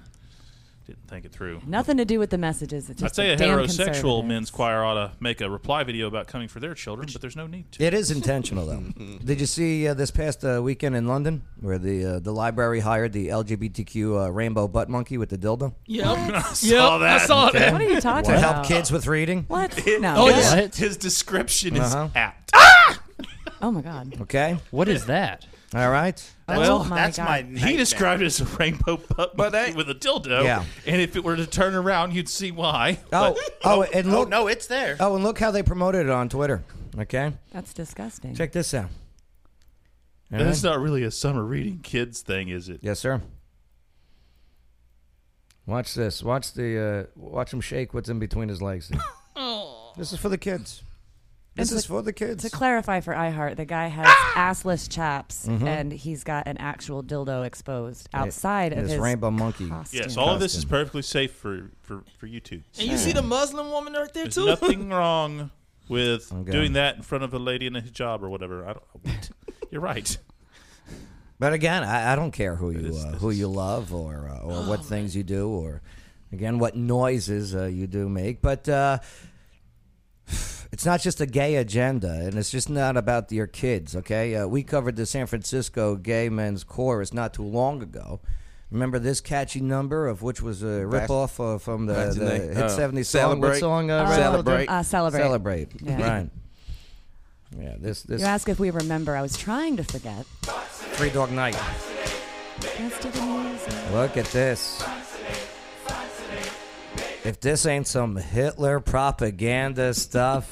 Speaker 5: didn't think it through.
Speaker 4: Nothing to do with the messages. It's
Speaker 5: I'd
Speaker 4: just
Speaker 5: say a
Speaker 4: damn
Speaker 5: heterosexual
Speaker 4: conservative.
Speaker 5: men's choir ought to make a reply video about coming for their children, but there's no need to.
Speaker 1: It is intentional, though. Did you see uh, this past uh, weekend in London where the uh, the library hired the LGBTQ uh, rainbow butt monkey with the dildo?
Speaker 10: Yep.
Speaker 4: (laughs)
Speaker 5: I
Speaker 10: Yep,
Speaker 5: saw
Speaker 10: I
Speaker 5: that.
Speaker 10: saw that. What are you
Speaker 4: talking
Speaker 1: To
Speaker 4: about?
Speaker 1: help kids with reading.
Speaker 4: What?
Speaker 5: It- Oh, Ah!
Speaker 4: No.
Speaker 5: his-
Speaker 4: Yeah.
Speaker 5: His description is
Speaker 1: Uh-huh.
Speaker 5: apt.
Speaker 4: Oh my God.
Speaker 1: Okay.
Speaker 6: What is that?
Speaker 1: All right.
Speaker 4: Well, that's my
Speaker 5: oh He described it as a rainbow butt monkey with a dildo.
Speaker 1: Yeah.
Speaker 5: And if it were to turn around, you'd see why.
Speaker 1: Oh,
Speaker 5: But-
Speaker 1: oh, and look.
Speaker 3: no, it's there.
Speaker 1: Oh, and look how they promoted it on Twitter. Okay.
Speaker 4: That's disgusting.
Speaker 1: Check this out. All
Speaker 5: That's not really a summer reading kids thing, is it?
Speaker 1: Yes, sir. Watch this. Watch the. Uh, watch him shake what's in between his
Speaker 4: (laughs)
Speaker 1: legs. there. this is for the kids. This
Speaker 4: And
Speaker 1: is
Speaker 4: to-
Speaker 1: for the kids. Ah!
Speaker 4: To clarify for iHeart, the guy has assless chaps
Speaker 1: Mhm.
Speaker 4: and he's got an actual dildo exposed outside
Speaker 1: And
Speaker 4: of
Speaker 1: this
Speaker 4: his
Speaker 1: rainbow monkey.
Speaker 4: costume.
Speaker 5: Yes, all of this is perfectly safe for, for, for YouTube.
Speaker 10: And you see the Muslim woman right there
Speaker 5: There's
Speaker 10: too. (laughs)
Speaker 5: nothing wrong with
Speaker 1: Okay.
Speaker 5: doing that in front of a lady in a hijab or whatever. I don't. You're right.
Speaker 1: But again, I, I don't care who you uh, who you love or uh, or
Speaker 4: Oh,
Speaker 1: what things you do or again what noises uh, you do make. But uh, it's not just a gay agenda, and it's just not about your kids. Okay, uh, we covered the San Francisco Gay Men's Chorus not too long ago. Remember this catchy number of which was a
Speaker 8: Back-
Speaker 1: ripoff uh, from the,
Speaker 8: Back to
Speaker 1: the
Speaker 8: the-
Speaker 1: hit
Speaker 8: uh,
Speaker 1: seventy song. What
Speaker 8: Celebrate.
Speaker 1: song? Uh,
Speaker 8: Uh, Celebrate.
Speaker 4: uh, Celebrate.
Speaker 1: Celebrate.
Speaker 4: Yeah.
Speaker 1: Right. Yeah. This this
Speaker 4: You ask if we remember. I was trying to forget.
Speaker 1: three dog night.
Speaker 4: Dance to the music.
Speaker 1: Look at this. If this ain't some Hitler propaganda stuff,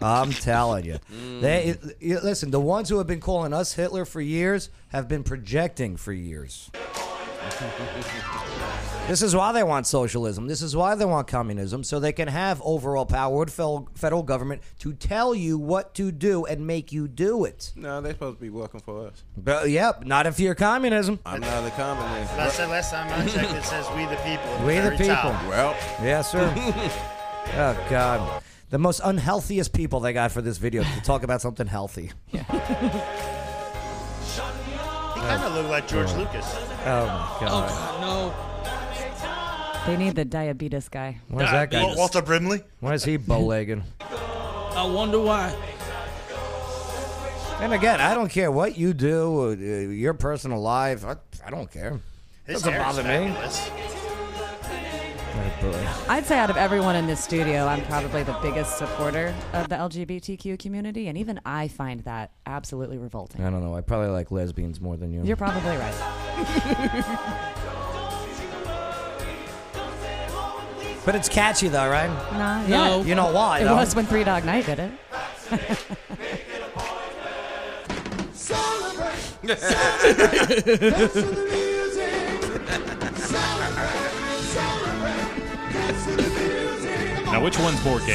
Speaker 1: I'm telling you. They you- listen. The ones who have been calling us Hitler for years have been projecting for years. (laughs) This is why they want socialism. This is why they want communism, so they can have overall power with fel- federal government to tell you what to do and make you do it.
Speaker 8: No, they're supposed to be working for us.
Speaker 1: But yep, not if you're communism.
Speaker 8: I'm not a communist.
Speaker 3: I said last time I checked, it says "We the People." at
Speaker 1: We the
Speaker 3: very
Speaker 1: people.
Speaker 3: top.
Speaker 1: yes, sir. oh God, the most unhealthiest people they got for this video to talk about something healthy. (laughs)
Speaker 3: He kind of looked like George
Speaker 1: Oh.
Speaker 3: Lucas.
Speaker 1: Oh my God.
Speaker 10: no.
Speaker 4: They need the diabetes guy.
Speaker 1: What is that guy?
Speaker 3: Walter Brimley.
Speaker 1: Why is he bowlegging?
Speaker 10: I wonder why.
Speaker 1: And again, I don't care what you do, uh, your personal life. I, I don't care.
Speaker 3: His
Speaker 1: Doesn't
Speaker 3: hair is
Speaker 1: bother me.
Speaker 3: fabulous.
Speaker 1: Oh, boy.
Speaker 4: I'd say out of everyone in this studio, I'm probably the biggest supporter of the LGBTQ community, and even I find that absolutely revolting.
Speaker 1: I don't know. I probably like lesbians more than you.
Speaker 4: You're probably
Speaker 1: (laughs)
Speaker 4: right.
Speaker 1: But it's catchy though, right?
Speaker 4: No,
Speaker 1: No.
Speaker 4: yeah.
Speaker 1: You know why,
Speaker 4: It
Speaker 1: though?
Speaker 4: was when Three Dog Night did it.
Speaker 10: Celebrate.
Speaker 4: (laughs)
Speaker 5: Now, which one's more gay?
Speaker 8: (laughs)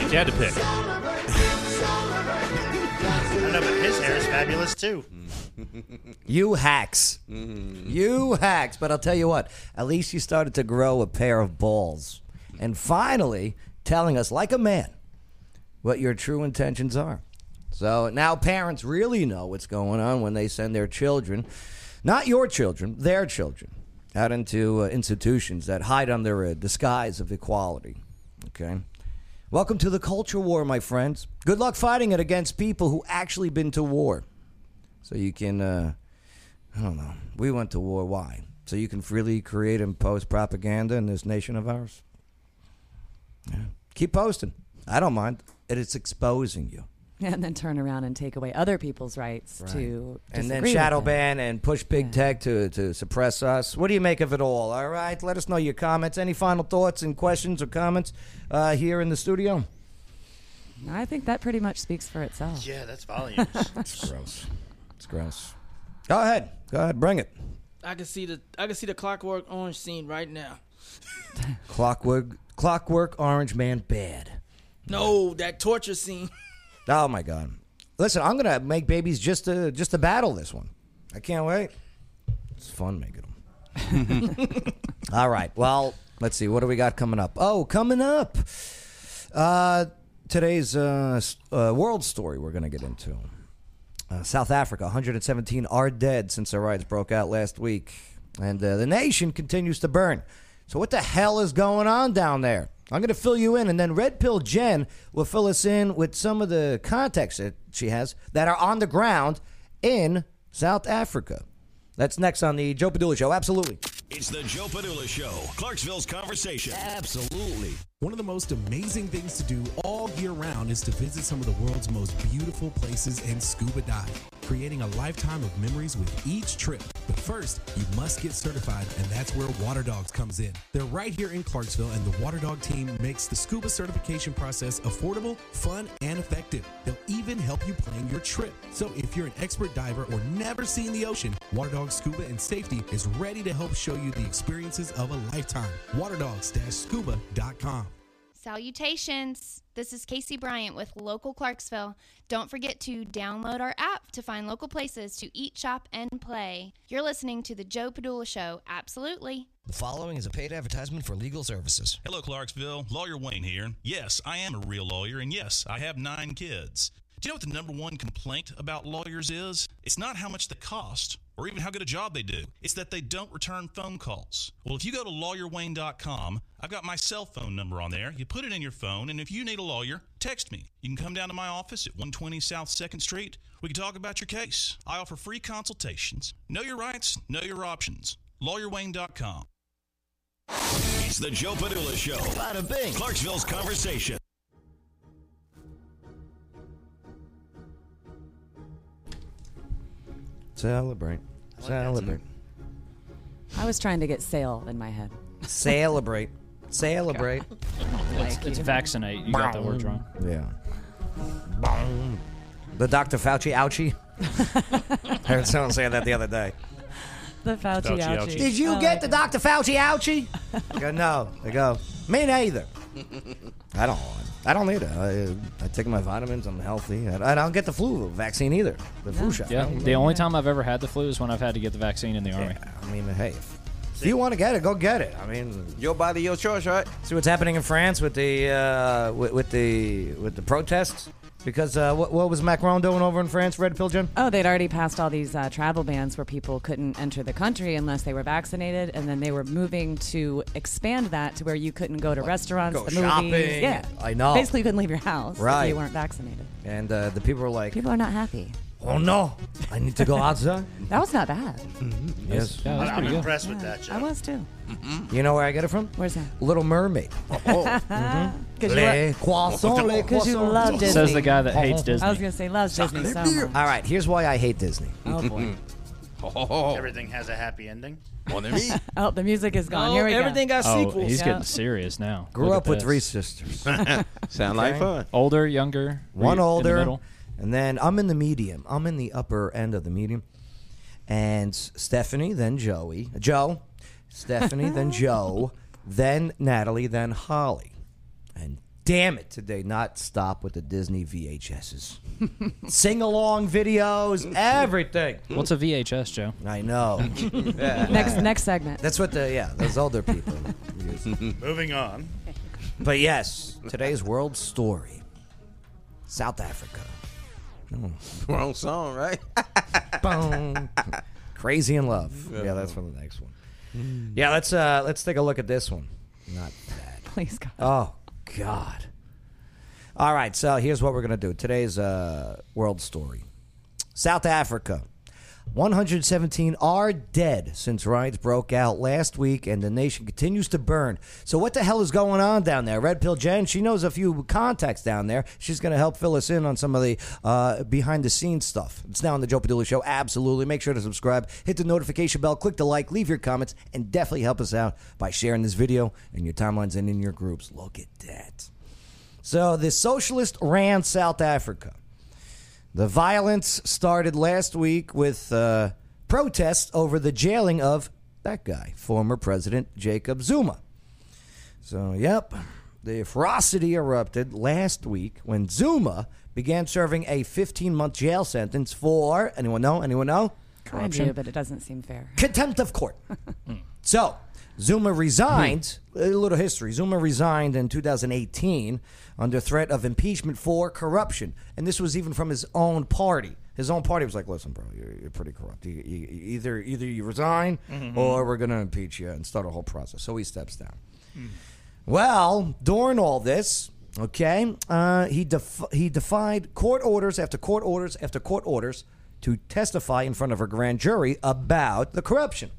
Speaker 5: if you had to pick.
Speaker 3: I know, but his hair is fabulous too.
Speaker 1: You hacks. You hacks. But I'll tell you what, at least you started to grow a pair of balls. And finally, telling us, like a man, what your true intentions are. So now parents really know what's going on when they send their children, not your children, their children, out into uh, institutions that hide under a disguise of equality. Okay? Welcome to the culture war, my friends. Good luck fighting it against people who actually been to war. So you can, uh, I don't know. We went to war. Why? So you can freely create and post propaganda in this nation of ours. Yeah. Keep posting. I don't mind. It is exposing you.
Speaker 4: And then turn around and take away other people's rights to
Speaker 1: and
Speaker 4: disagree
Speaker 1: then
Speaker 4: with
Speaker 1: shadow
Speaker 4: them.
Speaker 1: ban and push big tech to, to suppress us. What do you make of it all? All right, let us know your comments. Any final thoughts and questions or comments uh, here in the studio?
Speaker 4: I think that pretty much speaks for itself.
Speaker 3: Yeah, that's
Speaker 4: (laughs)
Speaker 3: volumes.
Speaker 1: it's gross. It's gross. Go ahead. Go ahead. Bring
Speaker 4: (laughs)
Speaker 1: it.
Speaker 10: I can see the I can see the Clockwork Orange scene right now.
Speaker 1: Clockwork, Clockwork Orange Man bad.
Speaker 10: No, that torture scene. (laughs)
Speaker 1: Oh my god! Listen, I'm gonna make babies just to just to battle this one. I can't wait. It's fun making them. All right. Well, let's see. What do we got coming up? Oh, coming up. Uh, today's uh, s- uh, world story we're gonna get into. Uh, South Africa, 117 are dead since the riots broke out last week, and uh, the nation continues to burn. So what the hell is going on down there? I'm going to fill you in, and then Red Pill Jen will fill us in with some of the context that she has that are on the ground in South Africa. That's next on the Joe Padula Show. Absolutely.
Speaker 2: It's the Joe Padula Show, Clarksville's conversation.
Speaker 12: Absolutely. One of the most amazing things to do all year round is to visit some of the world's most beautiful places and scuba dive, creating a lifetime of memories with each trip. But first, you must get certified, and that's where Water Dogs comes in. They're right here in Clarksville, and the Water Dog team makes the scuba certification process affordable, fun, and effective. They'll even help you plan your trip. So if you're an expert diver or never seen the ocean, Water Dog Scuba and Safety is ready to help show you the experiences of a lifetime. Waterdogs-scuba.com.
Speaker 13: Salutations! This is Casey Bryant with Local Clarksville. Don't forget to download our app to find local places to eat, shop, and play. You're listening to The Joe Padula Show, absolutely.
Speaker 14: The following is a paid advertisement for legal services.
Speaker 2: Hello, Clarksville. Lawyer Wayne here. Yes, I am a real lawyer, and yes, I have nine kids. Do you know what the number one complaint about lawyers is? It's not how much they cost or even how good a job they do. It's that they don't return phone calls. Well, if you go to lawyerwayne.com, I've got my cell phone number on there. You put it in your phone, and if you need a lawyer, text me. You can come down to my office at 120 South 2nd Street. We can talk about your case. I offer free consultations. Know your rights, know your options. LawyerWayne.com.
Speaker 12: It's
Speaker 2: the Joe Padula Show.
Speaker 12: Bada bing.
Speaker 2: Clarksville's conversation.
Speaker 1: Celebrate. Celebrate.
Speaker 4: I was trying to get sale in my head.
Speaker 1: Celebrate. Celebrate.
Speaker 6: (laughs) It's,
Speaker 4: Like
Speaker 6: it's
Speaker 4: you.
Speaker 6: vaccinate. You got the words wrong. (laughs)
Speaker 1: Yeah. The Dr. Fauci ouchie. I heard someone say that the other day.
Speaker 4: The Fauci,
Speaker 1: Fauci
Speaker 4: ouchie.
Speaker 1: ouchie. Did you
Speaker 4: I
Speaker 1: get
Speaker 4: like
Speaker 1: the
Speaker 4: it.
Speaker 1: Dr. Fauci ouchie? I go, no. They go, me neither. I don't. want it. I don't either. I, I take my vitamins. I'm healthy. I, I don't get the flu vaccine either. The flu shot. I
Speaker 6: Yeah,
Speaker 1: don't-
Speaker 6: the only time I've ever had the flu is when I've had to get the vaccine in the army.
Speaker 1: I mean, hey, if you want to get it, go get it. I mean,
Speaker 8: your body, your choice, right?
Speaker 1: See what's happening in France with the uh, with, with the with the protests because uh, what, what was Macron doing over in France? Red pill, Jim.
Speaker 4: Oh, they'd already passed all these uh, travel bans where people couldn't enter the country unless they were vaccinated, and then they were moving to expand that to where you couldn't go to restaurants,
Speaker 1: go
Speaker 4: the
Speaker 1: shopping.
Speaker 4: movies. Yeah,
Speaker 1: I know.
Speaker 4: Basically, you couldn't leave your house
Speaker 1: Right.
Speaker 4: if you weren't vaccinated.
Speaker 1: And uh, the people were like,
Speaker 4: People are not happy.
Speaker 1: "Oh no, I need
Speaker 4: (laughs)
Speaker 1: to go outside."
Speaker 4: That was not bad. Mm-hmm.
Speaker 1: yes, Mm-hmm.
Speaker 3: I'm, I'm impressed with that, Joe.
Speaker 4: I was too.
Speaker 1: You know where I get it from?
Speaker 4: Where's that?
Speaker 1: Little Mermaid. Mhm.
Speaker 4: 'Cause you
Speaker 1: Les
Speaker 4: lo-
Speaker 1: croissants, les
Speaker 4: 'Cause you
Speaker 1: croissants.
Speaker 4: love Disney. Says the guy that hates
Speaker 1: Mhm.
Speaker 4: Disney. I was gonna say loves Disney so much.
Speaker 1: All right, here's why I hate Disney. (laughs)
Speaker 4: Oh, boy.
Speaker 1: Oh.
Speaker 3: Everything has a happy ending.
Speaker 4: oh, the music is gone.
Speaker 3: No,
Speaker 4: Here we
Speaker 3: everything
Speaker 4: go.
Speaker 3: got Oh, sequels.
Speaker 6: He's
Speaker 4: Yeah.
Speaker 6: getting serious now.
Speaker 1: Grew
Speaker 6: Look
Speaker 1: up
Speaker 6: at
Speaker 1: with
Speaker 6: this.
Speaker 1: three (laughs) sisters.
Speaker 8: Sound like fun.
Speaker 6: Older, younger, were
Speaker 1: One
Speaker 6: you in the
Speaker 1: older,
Speaker 6: middle?
Speaker 1: and then I'm in the medium. I'm in the upper end of the medium. And S- Stephanie, then Joey, Joe, Stephanie,
Speaker 6: (laughs)
Speaker 1: then Joe, then Natalie, then Holly. And damn it, did they not stop with the Disney VHSs?
Speaker 6: (laughs)
Speaker 1: Sing along videos, everything.
Speaker 6: What's a VHS, Joe?
Speaker 1: I
Speaker 6: (laughs)
Speaker 1: know.
Speaker 4: Next next segment.
Speaker 1: That's what the yeah those older
Speaker 6: (laughs)
Speaker 1: people. use.
Speaker 3: Moving on.
Speaker 1: But yes, today's world story South Africa. (laughs)
Speaker 8: Wrong song, right?
Speaker 1: Boom. Crazy in love. Yeah, that's from the next one. Yeah, let's uh let's take a look at this one. Not bad.
Speaker 4: Please God.
Speaker 1: Oh God. All right, so here's what we're gonna do. Today's uh world story. South Africa. 117 are dead since riots broke out last week and the nation continues to burn. So, what the hell is going on down there? Red Pill Jen, she knows a few contacts down there. She's going to help fill us in on some of the uh, behind the scenes stuff. It's now on the Joe Padula Show. Absolutely. Make sure to subscribe, hit the notification bell, click the like, leave your comments, and definitely help us out by sharing this video in your timelines and in your groups. Look at that. So, the socialist ran South Africa. The violence started last week with uh, protests over the jailing of that guy, former President Jacob Zuma. So, yep, the ferocity erupted last week when Zuma began serving a 15 month jail sentence for anyone know? Anyone know?
Speaker 4: I do, but it doesn't seem fair.
Speaker 1: Contempt of court. So Zuma resigned. A little history. Zuma resigned in 2018 under threat of impeachment for corruption, and this was even from his own party. His own party was like, "Listen, bro, you're, you're pretty corrupt. You, you, either either you resign,
Speaker 15: Mhm.
Speaker 1: or we're going to impeach you and start a whole process." So he steps down. Well, during all this, okay, uh, he def- he defied court orders after court orders after court orders to testify in front of a grand jury about the corruption.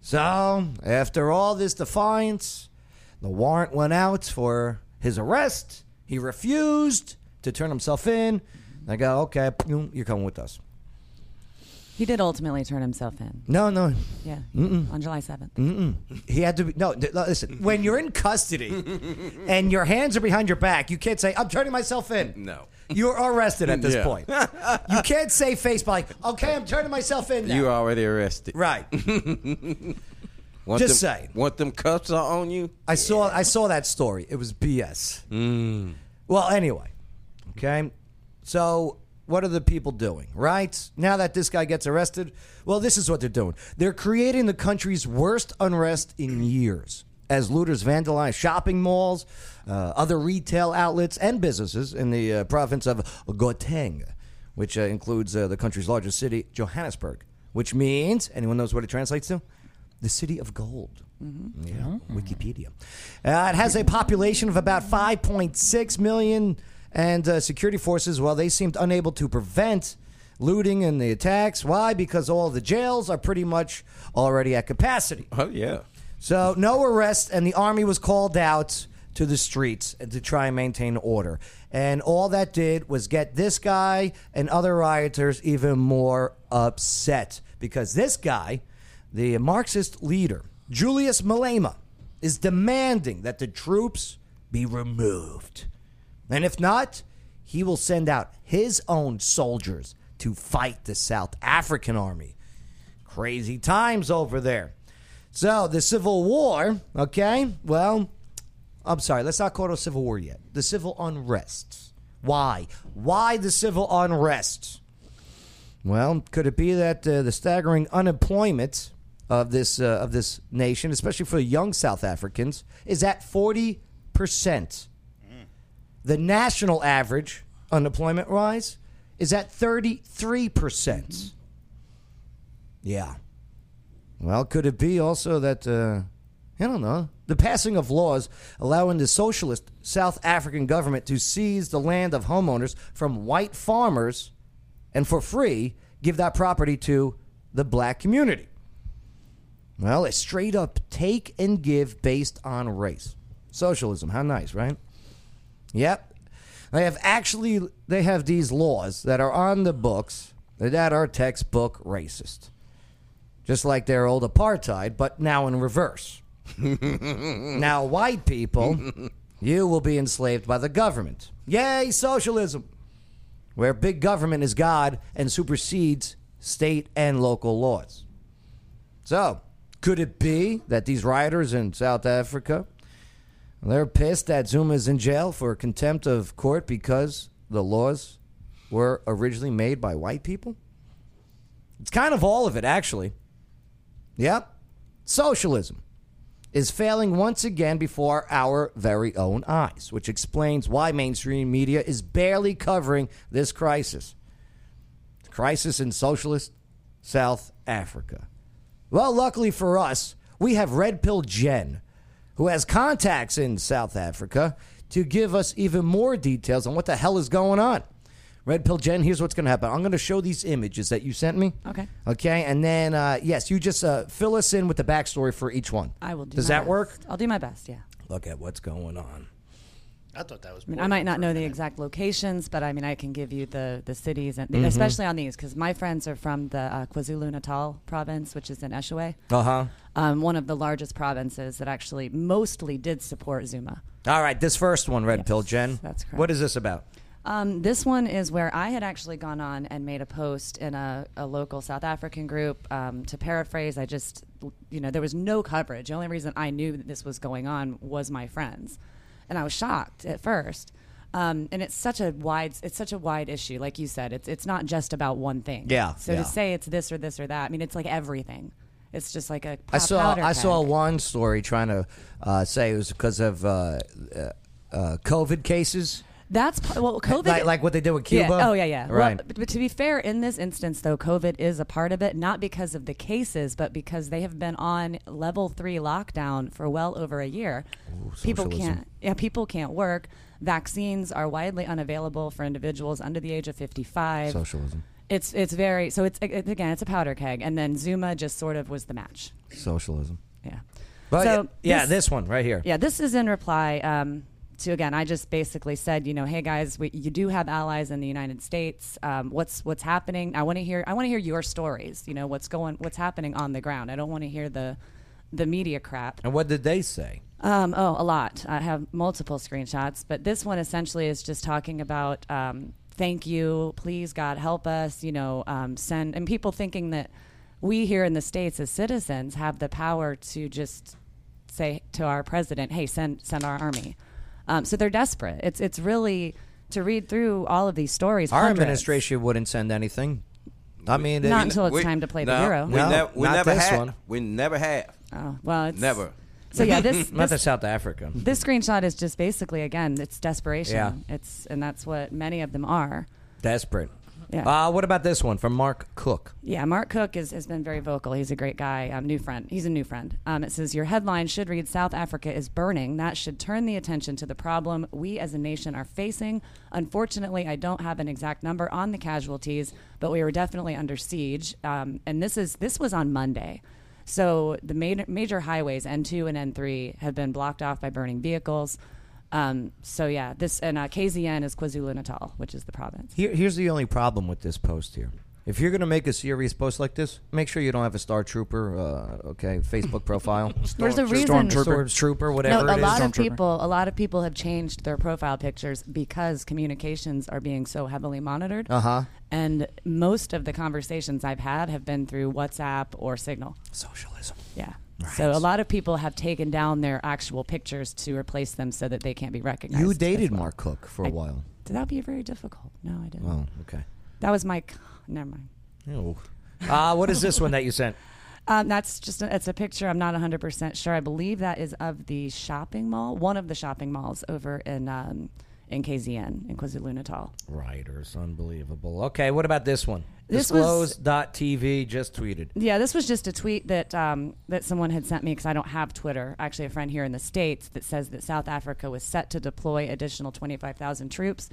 Speaker 1: So, after all this defiance, the warrant went out for his arrest. He refused to turn himself in. I go, okay, you're coming with us.
Speaker 4: He did ultimately turn himself in.
Speaker 1: No, no.
Speaker 4: Yeah.
Speaker 1: Mm-mm.
Speaker 4: On July 7th.
Speaker 1: Mm-mm. He had to be. No, th- listen, when you're in
Speaker 8: (laughs)
Speaker 1: custody and your hands are behind your back, you can't say, I'm turning myself in.
Speaker 8: No.
Speaker 1: You're arrested at this
Speaker 8: Yeah.
Speaker 1: point. you can't say face by like, okay, I'm turning myself in now.
Speaker 8: You already arrested.
Speaker 1: Right.
Speaker 8: (laughs) Want
Speaker 1: Just
Speaker 8: them,
Speaker 1: saying.
Speaker 8: Want them cuffs are on you?
Speaker 1: I saw I saw that story. It was BS. Well, anyway, okay. So what are the people doing, right? Now that this guy gets arrested, well, this is what they're doing. They're creating the country's worst unrest in years as looters vandalize shopping malls, uh, other retail outlets, and businesses in the uh, province of Gauteng, which uh, includes uh, the country's largest city, Johannesburg, which means anyone knows what it translates to? The city of gold.
Speaker 8: Mm-hmm.
Speaker 1: Yeah.
Speaker 8: Oh.
Speaker 1: Wikipedia. Uh, it has a population of about 5.6 million, and uh, security forces, well, they seemed unable to prevent looting and the attacks. Why? Because all the jails are pretty much already at capacity.
Speaker 8: Oh yeah.
Speaker 1: So no arrests, and the army was called out to the streets to try and maintain order. And all that did was get this guy and other rioters even more upset because this guy, the Marxist leader Julius Malema, is demanding that the troops be removed. And if not, he will send out his own soldiers to fight the South African army. Crazy times over there. So, the Civil War, okay, well, I'm sorry, let's not call it a civil war yet. The civil unrest. Why? Why the civil unrest? Well, could it be that uh, the staggering unemployment of this uh, of this nation, especially for young South Africans, is at forty percent? The national average unemployment rise is at thirty three percent. Yeah. Well, could it be also that, uh, I don't know, the passing of laws allowing the socialist South African government to seize the land of homeowners from white farmers and for free give that property to the black community? Well, it's straight up take and give based on race. Socialism, how nice, right? Yep. They have actually they have these laws that are on the books that are textbook racist. Just like their old apartheid, but now in reverse. now white people, you will be enslaved by the government. Yay, socialism. Where big government is God and supersedes state and local laws. So, could it be that these rioters in South Africa they're pissed that Zuma's in jail for contempt of court because the laws were originally made by white people? It's kind of all of it, actually. Yep. Socialism is failing once again before our very own eyes, which explains why mainstream media is barely covering this crisis. The crisis in socialist South Africa. Well, luckily for us, we have Red Pill Jen, who has contacts in South Africa, to give us even more details on what the hell is going on. Red Pill Jen, here's what's going to happen. I'm going to show these images that you sent me.
Speaker 4: Okay.
Speaker 1: Okay, and then, uh, yes, you just uh, fill us in with the backstory for each one.
Speaker 4: I will do
Speaker 1: Does
Speaker 4: my
Speaker 1: that
Speaker 4: best.
Speaker 1: work?
Speaker 4: I'll do my best, yeah.
Speaker 1: Look at what's going on.
Speaker 3: (laughs) I thought that was.
Speaker 4: I mean, I might not know the exact locations, but I mean, I can give you the, the cities, and the-
Speaker 1: Mhm.
Speaker 4: especially on these, because my friends are from the uh, KwaZulu Natal province, which is in Eshowe,
Speaker 1: Uh huh.
Speaker 4: um, one of the largest provinces that actually mostly did support Zuma.
Speaker 1: All right, this first one, Red Pill Jen.
Speaker 4: that's correct.
Speaker 1: What is this about?
Speaker 4: Um, this one is where I had actually gone on and made a post in a, a local South African group. Um, to paraphrase, I just, you know, there was no coverage. The only reason I knew that this was going on was my friends, and I was shocked at first. Um, and it's such a wide, it's such a wide issue. Like you said, it's it's not just about one thing.
Speaker 1: Yeah,
Speaker 4: So
Speaker 1: yeah.
Speaker 4: to say it's this or this or that, I mean, it's like everything. It's just like a.
Speaker 1: I
Speaker 4: pop
Speaker 1: saw
Speaker 4: powder
Speaker 1: I saw
Speaker 4: keg.
Speaker 1: one story trying to uh, say it was because of uh, uh, uh, COVID cases.
Speaker 4: That's p- well, COVID.
Speaker 1: like, like what they did with Cuba.
Speaker 4: Yeah. Oh yeah, yeah.
Speaker 1: Right.
Speaker 4: Well, but, but to be fair, in this instance, though, COVID is a part of it, not because of the cases, but because they have been on level three lockdown for well over a year. people
Speaker 15: socialism.
Speaker 4: can't. Yeah, people can't work. Vaccines are widely unavailable for individuals under the age of fifty-five.
Speaker 1: Socialism.
Speaker 4: It's it's very so it's it, again it's a powder keg, and then Zuma just sort of was the match.
Speaker 1: Socialism.
Speaker 4: uh, Yeah.
Speaker 1: But
Speaker 4: So
Speaker 1: yeah,
Speaker 4: this-
Speaker 1: this, one right here.
Speaker 4: Yeah, this is in reply um, to again. I just basically said, you know, hey guys, we, you do have allies in the United States. Um, what's what's happening? I want to hear. I want to hear your stories. You know, what's going? What's happening on the ground? I don't want to hear the the media crap.
Speaker 1: And what did they say?
Speaker 4: Um, oh, a lot. I have multiple screenshots, but this one essentially is just talking about um, thank you, please God help us, you know, um, send, and people thinking that we here in the States as citizens have the power to just say to our president, hey, send, send our army. Um, so they're desperate. It's, it's really to read through all of these stories.
Speaker 1: Our
Speaker 4: hundreds.
Speaker 1: administration wouldn't send anything. I mean,
Speaker 4: Not
Speaker 1: it-
Speaker 4: until it's We- time to play the
Speaker 1: no, No,
Speaker 4: hero. We
Speaker 8: ne- we
Speaker 1: not
Speaker 8: never
Speaker 1: this
Speaker 8: have.
Speaker 1: one.
Speaker 8: We never have.
Speaker 4: Oh, well, it's
Speaker 8: never.
Speaker 4: So
Speaker 1: (laughs)
Speaker 4: yeah, this,
Speaker 1: not
Speaker 4: this
Speaker 1: the South Africa.
Speaker 4: This screenshot is just basically again, it's desperation.
Speaker 1: Yeah.
Speaker 4: It's and that's what many of them are.
Speaker 1: Desperate.
Speaker 4: Yeah.
Speaker 1: Uh, what about this one from Mark Cook?
Speaker 4: Yeah, Mark Cook is, has been very vocal. He's a great guy, um, new friend. He's a new friend. Um, it says, Your headline should read South Africa is burning. That should turn the attention to the problem we as a nation are facing. Unfortunately, I don't have an exact number on the casualties, but we were definitely under siege. Um, and this, is, this was on Monday. So the major, major highways, N2 and N3, have been blocked off by burning vehicles. Um, so yeah, this and uh, KZN is KwaZulu Natal, which is the province.
Speaker 1: Here, here's the only problem with this post here. If you're going to make a serious post like this, make sure you don't have a Star Trooper, uh, okay, Facebook (laughs) profile.
Speaker 4: There's a reason.
Speaker 1: Stormtrooper, whatever
Speaker 4: No, a
Speaker 1: it is.
Speaker 4: lot of people, a lot of people have changed their profile pictures because communications are being so heavily monitored.
Speaker 1: Uh-huh.
Speaker 4: And most of the conversations I've had have been through WhatsApp or Signal.
Speaker 1: Socialism.
Speaker 4: Yeah. So a lot of people have taken down their actual pictures to replace them so that they can't be recognized.
Speaker 1: You
Speaker 4: as
Speaker 1: dated
Speaker 4: well.
Speaker 1: Mark Cook for a
Speaker 4: I-
Speaker 1: while.
Speaker 4: That would be very difficult. No, I didn't.
Speaker 1: Oh, okay.
Speaker 4: That was my. c- Never mind.
Speaker 1: Ew. (laughs) Uh, what is this one that you sent?
Speaker 4: Um, that's just a, it's a picture. I'm not 100 percent sure. I believe that is of the shopping mall, one of the shopping malls over in um, in KZN in KwaZulu Natal.
Speaker 1: Writers, unbelievable. Okay, what about this one?
Speaker 4: This was-
Speaker 1: Disclose.tv just tweeted.
Speaker 4: Yeah, this was just a tweet that um, that someone had sent me because I don't have Twitter. Actually, a friend here in the states that says that South Africa was set to deploy additional 25,000 troops.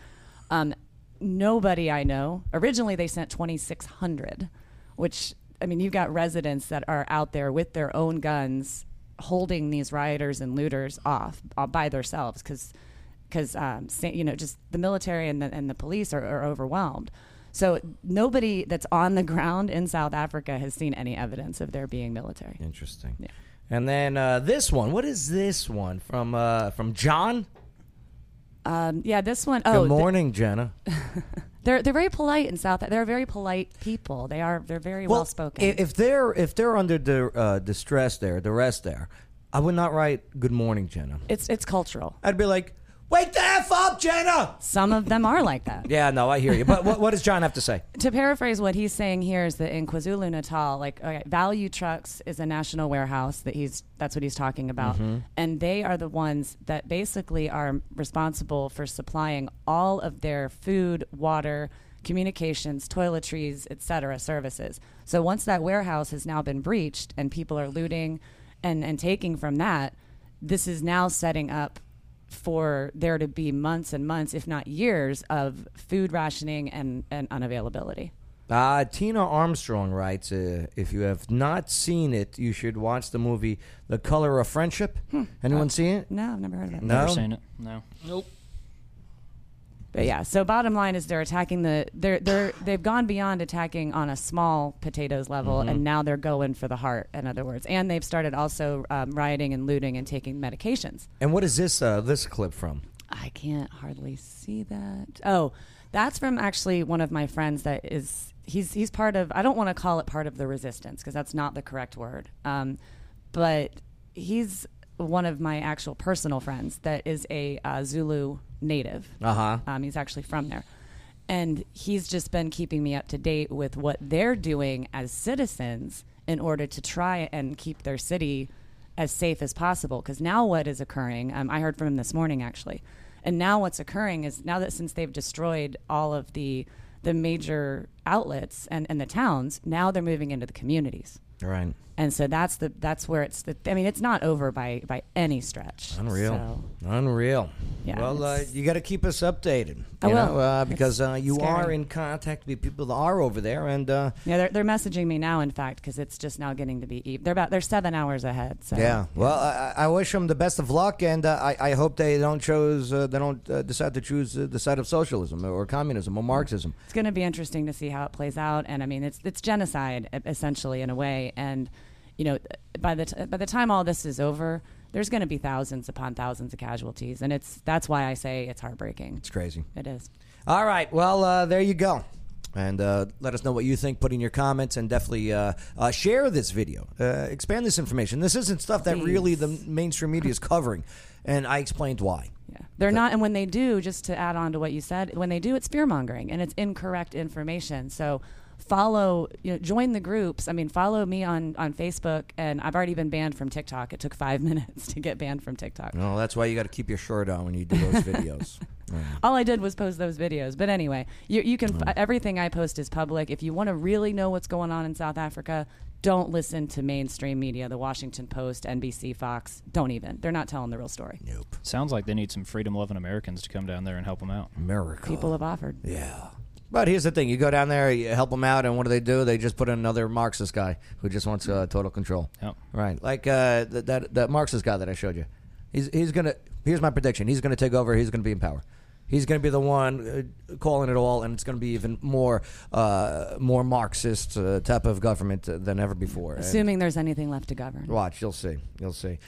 Speaker 4: Um, nobody I know. Originally, they sent 2,600, which I mean, you've got residents that are out there with their own guns, holding these rioters and looters off uh, by themselves because because um, sa- you know just the military and the, and the police are, are overwhelmed. So nobody that's on the ground in South Africa has seen any evidence of there being military.
Speaker 1: Interesting. And then uh, this one. What is this one from uh, from John?
Speaker 4: Um, yeah, this one oh
Speaker 1: Good
Speaker 4: th-
Speaker 1: morning, Jenna.
Speaker 4: they're they're very polite in South. They're very polite people. They are they're very well, spoken.
Speaker 1: i- If they're if they're under the uh, distress there, duress there, I would not write "Good morning, Jenna."
Speaker 4: It's it's cultural.
Speaker 1: I'd be like, wake the f up, Jenna.
Speaker 4: Some of them are like that. (laughs)
Speaker 1: Yeah, no, I hear you. But what, what does John have to say?
Speaker 4: to paraphrase what he's saying here is that in KwaZulu Natal, like okay, Value Trucks is a national warehouse that he's that's what he's talking about,
Speaker 1: Mm-hmm.
Speaker 15: Mhm.
Speaker 4: and they are the ones that basically are responsible for supplying all of their food, water, communications, toiletries, etc. services. So once that warehouse has now been breached and people are looting and and taking from that, this is now setting up for there to be months and months, if not years, of food rationing and, and unavailability.
Speaker 1: Uh, Tina Armstrong writes, uh, if you have not seen it, you should watch the movie The Color of Friendship. Anyone see it?
Speaker 4: Hmm. No, I've never heard of it.
Speaker 1: No?
Speaker 6: Never seen it. No.
Speaker 10: Nope.
Speaker 4: But yeah, so bottom line is they're attacking the they're they're they've gone beyond attacking on a small potatoes level,
Speaker 15: Mhm.
Speaker 4: and now they're going for the heart. In other words, and they've started also um, rioting and looting and taking medications.
Speaker 1: And what is this uh, this clip from?
Speaker 4: I can't hardly see that. Oh, that's from actually one of my friends that is he's he's part of I don't want to call it part of the resistance because that's not the correct word. Um, but he's one of my actual personal friends that is a uh, Zulu native.
Speaker 1: Uh-huh.
Speaker 4: Um, he's actually from there. And he's just been keeping me up to date with what they're doing as citizens in order to try and keep their city as safe as possible. Because now what is occurring, um, I heard from him this morning actually, and now what's occurring is now that since they've destroyed all of the the major outlets and, and the towns, now they're moving into the communities.
Speaker 1: Right.
Speaker 4: And so that's the that's where it's the I mean it's not over by by any stretch. So-
Speaker 1: Unreal. Unreal.
Speaker 4: Yeah,
Speaker 1: well, uh,
Speaker 4: it's-
Speaker 1: you got to keep us updated. You
Speaker 4: I will.
Speaker 1: Know, uh, because uh, you
Speaker 4: scary.
Speaker 1: are in contact with people that are over there. And uh,
Speaker 4: Yeah, they're, they're messaging me now. In fact, because it's just now getting to be eve. They're about they're seven hours ahead. So
Speaker 1: yeah, well, I, I I wish them the best of luck. And uh, I, I hope they don't choose, uh, they don't uh, decide to choose uh, the side of socialism or communism or Marxism.
Speaker 4: it's going to be interesting to see how it plays out. And I mean, it's it's genocide e- essentially in a way. And you know, by the t- by the time all this is over, there's going to be thousands upon thousands of casualties, and it's that's why I say it's heartbreaking. It's
Speaker 1: crazy.
Speaker 4: It is.
Speaker 1: All right. Well, uh, there you go. And uh, let us know what you think. Put in your comments and definitely uh, uh, share this video. Uh, expand this information. This isn't stuff that really the mainstream media is covering. And I explained why. Yeah.
Speaker 4: They're not, and when they do, just to add on to what you said, when they do, it's fear mongering and it's incorrect information. So follow, you know, join the groups. I mean, follow me on on Facebook, and I've already been banned from TikTok. It took five (laughs) minutes to get banned from TikTok.
Speaker 1: No, that's why you got to keep your shirt on when you do (laughs) those videos. Yeah.
Speaker 4: All I did was post those videos. But anyway, you, you can f everything I post is public. If you want to really know what's going on in South Africa, don't listen to mainstream media, the Washington Post, NBC, Fox. Don't even. They're not telling the real story.
Speaker 1: Nope.
Speaker 6: Sounds like they need some freedom-loving Americans to come down there and help them out.
Speaker 1: America.
Speaker 4: People have offered.
Speaker 1: Yeah. But here's the thing: you go down there, you help them out, and what do they do? They just put in another Marxist guy who just wants uh, total control.
Speaker 6: Yep.
Speaker 1: Right, like uh, th- that that Marxist guy that I showed you. He's he's gonna. Here's my prediction: he's gonna take over. He's gonna be in power. He's going to be the one uh, calling it all, and it's going to be even more uh, more Marxist uh, type of government uh, than ever before. And
Speaker 4: Assuming there's anything left to govern.
Speaker 1: watch, you'll see, you'll see.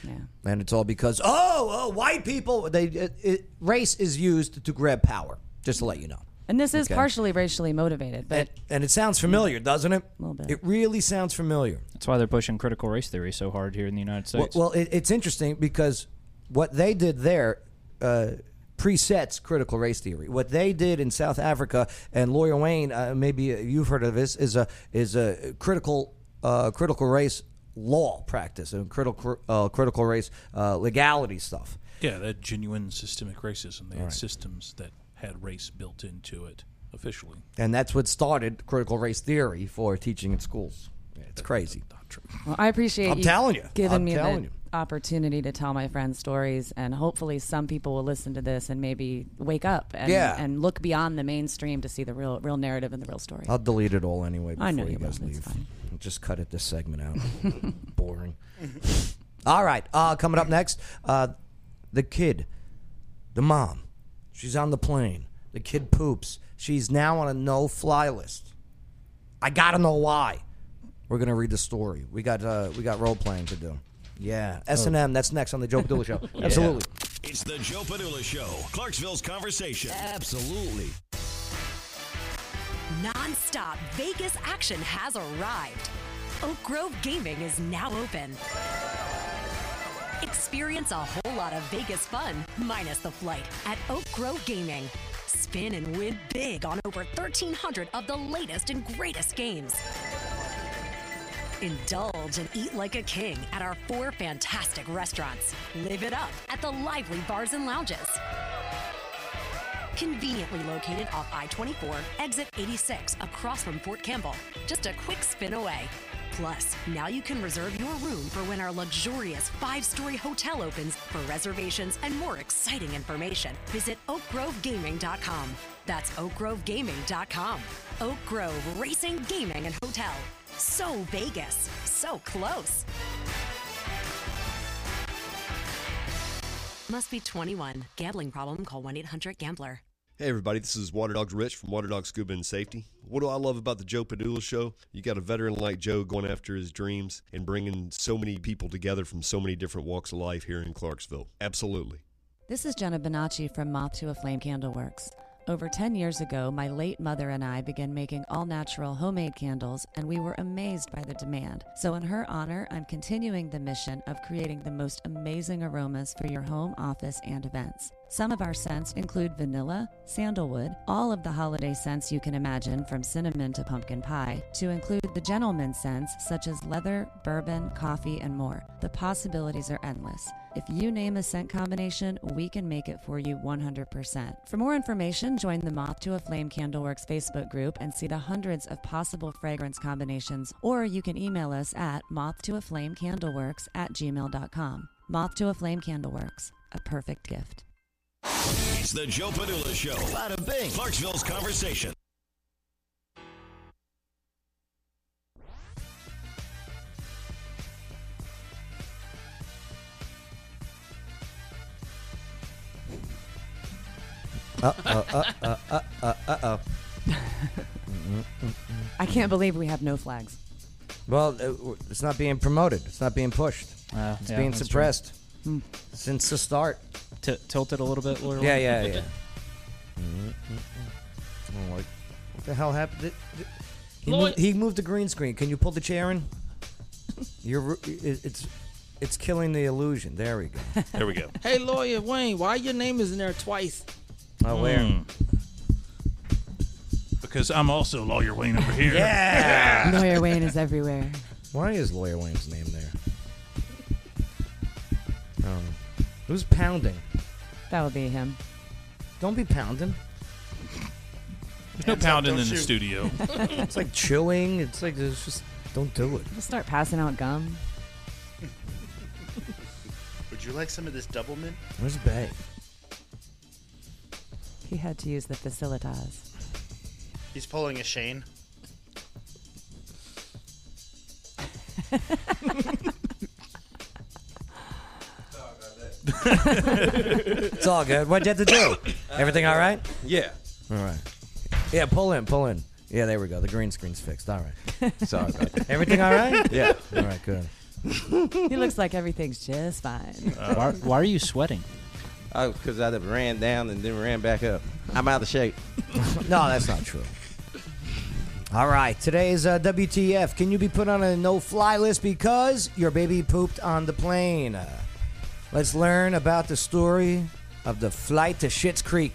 Speaker 1: And it's all because oh, oh, white people. They it, it, race is used to grab power. Just to let you know.
Speaker 4: And this is
Speaker 1: Okay.
Speaker 4: partially racially motivated, but
Speaker 1: And it sounds familiar, doesn't it?
Speaker 4: A little bit.
Speaker 1: It really sounds familiar.
Speaker 6: That's why they're pushing critical race theory so hard here in the United
Speaker 1: Well,
Speaker 6: States.
Speaker 1: well it, it's interesting because what they did there uh, presets critical race theory. What they did in South Africa and Lawyer Wayne, uh, maybe you've heard of this, is a is a critical uh, critical race law practice and critical uh, critical race uh, legality stuff.
Speaker 5: Yeah, that genuine systemic racism. They
Speaker 1: All
Speaker 5: had
Speaker 1: right.
Speaker 5: systems that had race built into it officially.
Speaker 1: And that's what started critical race theory for teaching in schools. It's crazy.
Speaker 4: Well, I appreciate
Speaker 1: I'm
Speaker 4: you
Speaker 1: telling you.
Speaker 4: giving
Speaker 1: I'm
Speaker 4: me
Speaker 1: telling
Speaker 4: the
Speaker 1: you.
Speaker 4: opportunity to tell my friends stories, and hopefully some people will listen to this and maybe wake up and,
Speaker 1: Yeah.
Speaker 4: and look beyond the mainstream to see the real real narrative and the real story.
Speaker 1: I'll delete it all anyway before
Speaker 4: I know
Speaker 1: you,
Speaker 4: you
Speaker 1: guys
Speaker 4: won't. It's
Speaker 1: leave. Just cut it this segment out.
Speaker 4: (laughs)
Speaker 1: Boring. all right. Uh, coming up next, uh, the kid, the mom, she's on the plane. The kid poops. She's now on a no-fly list. I gotta know why. We're gonna read the story. We got uh, we got role playing to do. Yeah, S and
Speaker 4: Oh.
Speaker 1: M. That's next on the Joe Padula
Speaker 4: (laughs)
Speaker 1: Show. Absolutely.
Speaker 15: It's the Joe Padula Show, Clarksville's conversation. Absolutely.
Speaker 16: Non-stop Vegas action has arrived. Oak Grove Gaming is now open. Experience a whole lot of Vegas fun, minus the flight, at Oak Grove Gaming. Spin and win big on over 1,300 of the latest and greatest games. Indulge and eat like a king at our four fantastic restaurants. Live it up at the lively bars and lounges. Conveniently located off I 24, exit 86, across from Fort Campbell. Just a quick spin away. Plus, now you can reserve your room for when our luxurious five story hotel opens for reservations and more exciting information. Visit oakgrovegaming.com. That's oakgrovegaming.com. Oak Grove Racing, Gaming, and Hotel. So Vegas, so close. Must be 21. Gambling problem? Call 1 800 Gambler.
Speaker 17: Hey everybody, this is Water Dogs Rich from Water Dogs Scuba and Safety. What do I love about the Joe Padula Show? You got a veteran like Joe going after his dreams and bringing so many people together from so many different walks of life here in Clarksville. Absolutely.
Speaker 4: This is Jenna Bonacci from Moth to a Flame Candleworks. Over 10 years ago, my late mother and I began making all natural homemade candles, and we were amazed by the demand. So, in her honor, I'm continuing the mission of creating the most amazing aromas for your home, office, and events. Some of our scents include vanilla, sandalwood, all of the holiday scents you can imagine, from cinnamon to pumpkin pie, to include the gentleman scents such as leather, bourbon, coffee, and more. The possibilities are endless. If you name a scent combination, we can make it for you 100%. For more information, join the Moth to a Flame Candleworks Facebook group and see the hundreds of possible fragrance combinations, or you can email us at moth to a flame candleworks at gmail.com. Moth to a Flame Candleworks, a perfect gift.
Speaker 15: It's the Joe Padula Show. Bada bing. Clarksville's conversation.
Speaker 1: Uh uh uh uh uh uh (laughs) oh.
Speaker 4: I can't believe we have
Speaker 1: (laughs)
Speaker 4: no flags.
Speaker 1: Well, it- w- it's not being promoted. It's not being pushed. it's
Speaker 6: Uh, yeah,
Speaker 1: being
Speaker 6: that's
Speaker 1: suppressed
Speaker 4: Hmm.
Speaker 1: since the start.
Speaker 6: T- tilted a little bit, Lawyer
Speaker 1: Yeah,
Speaker 6: Lane?
Speaker 1: yeah, yeah. Mm, mm,
Speaker 5: Hmm.
Speaker 1: mm. I don't like. What the hell happened? Did- did- He
Speaker 6: Lloyd-
Speaker 1: moved, he moved the green screen. Can you pull the chair
Speaker 6: (laughs)
Speaker 1: in? You're, ru- i- it's, it's killing the illusion.
Speaker 6: (laughs)
Speaker 1: There we go.
Speaker 5: There we go.
Speaker 10: Hey, lawyer Wayne, why your name is in there twice?
Speaker 1: (laughs) Oh, where?
Speaker 6: Hmm.
Speaker 5: Because I'm also Lawyer Wayne over here.
Speaker 4: Lawyer Wayne is everywhere.
Speaker 1: Why is Lawyer Wayne's name there? Um, who's pounding?
Speaker 4: That would be him.
Speaker 1: Don't be pounding.
Speaker 5: There's no Hands up, pounding don't in the shoot. studio.
Speaker 1: it's like chewing. It's like it's just don't do it.
Speaker 4: We'll start passing out gum.
Speaker 3: Would you like some of this Doublemint?
Speaker 1: Where's Bay?
Speaker 4: He had to use
Speaker 1: (laughs)
Speaker 4: the facilitas.
Speaker 3: He's pulling a
Speaker 4: (laughs)
Speaker 3: Shane.
Speaker 1: it's all good. What'd you have to do? Everything all right?
Speaker 8: Uh, Yeah.
Speaker 1: All right. Yeah, pull in, pull in. Yeah, there we go. The green screen's fixed. All right.
Speaker 8: Sorry about that.
Speaker 1: Everything all right?
Speaker 4: (laughs)
Speaker 8: Yeah.
Speaker 1: All right, good.
Speaker 4: he looks like everything's just fine.
Speaker 1: Uh,
Speaker 6: why, why are you sweating?
Speaker 8: Oh, because I done ran down and then ran back up. I'm out of shape.
Speaker 1: (laughs) no, that's not true. All right, today's uh, WTF. Can you be put on a no fly list because your baby pooped on the plane? Uh, let's learn about the story of the flight to Schitt's Creek.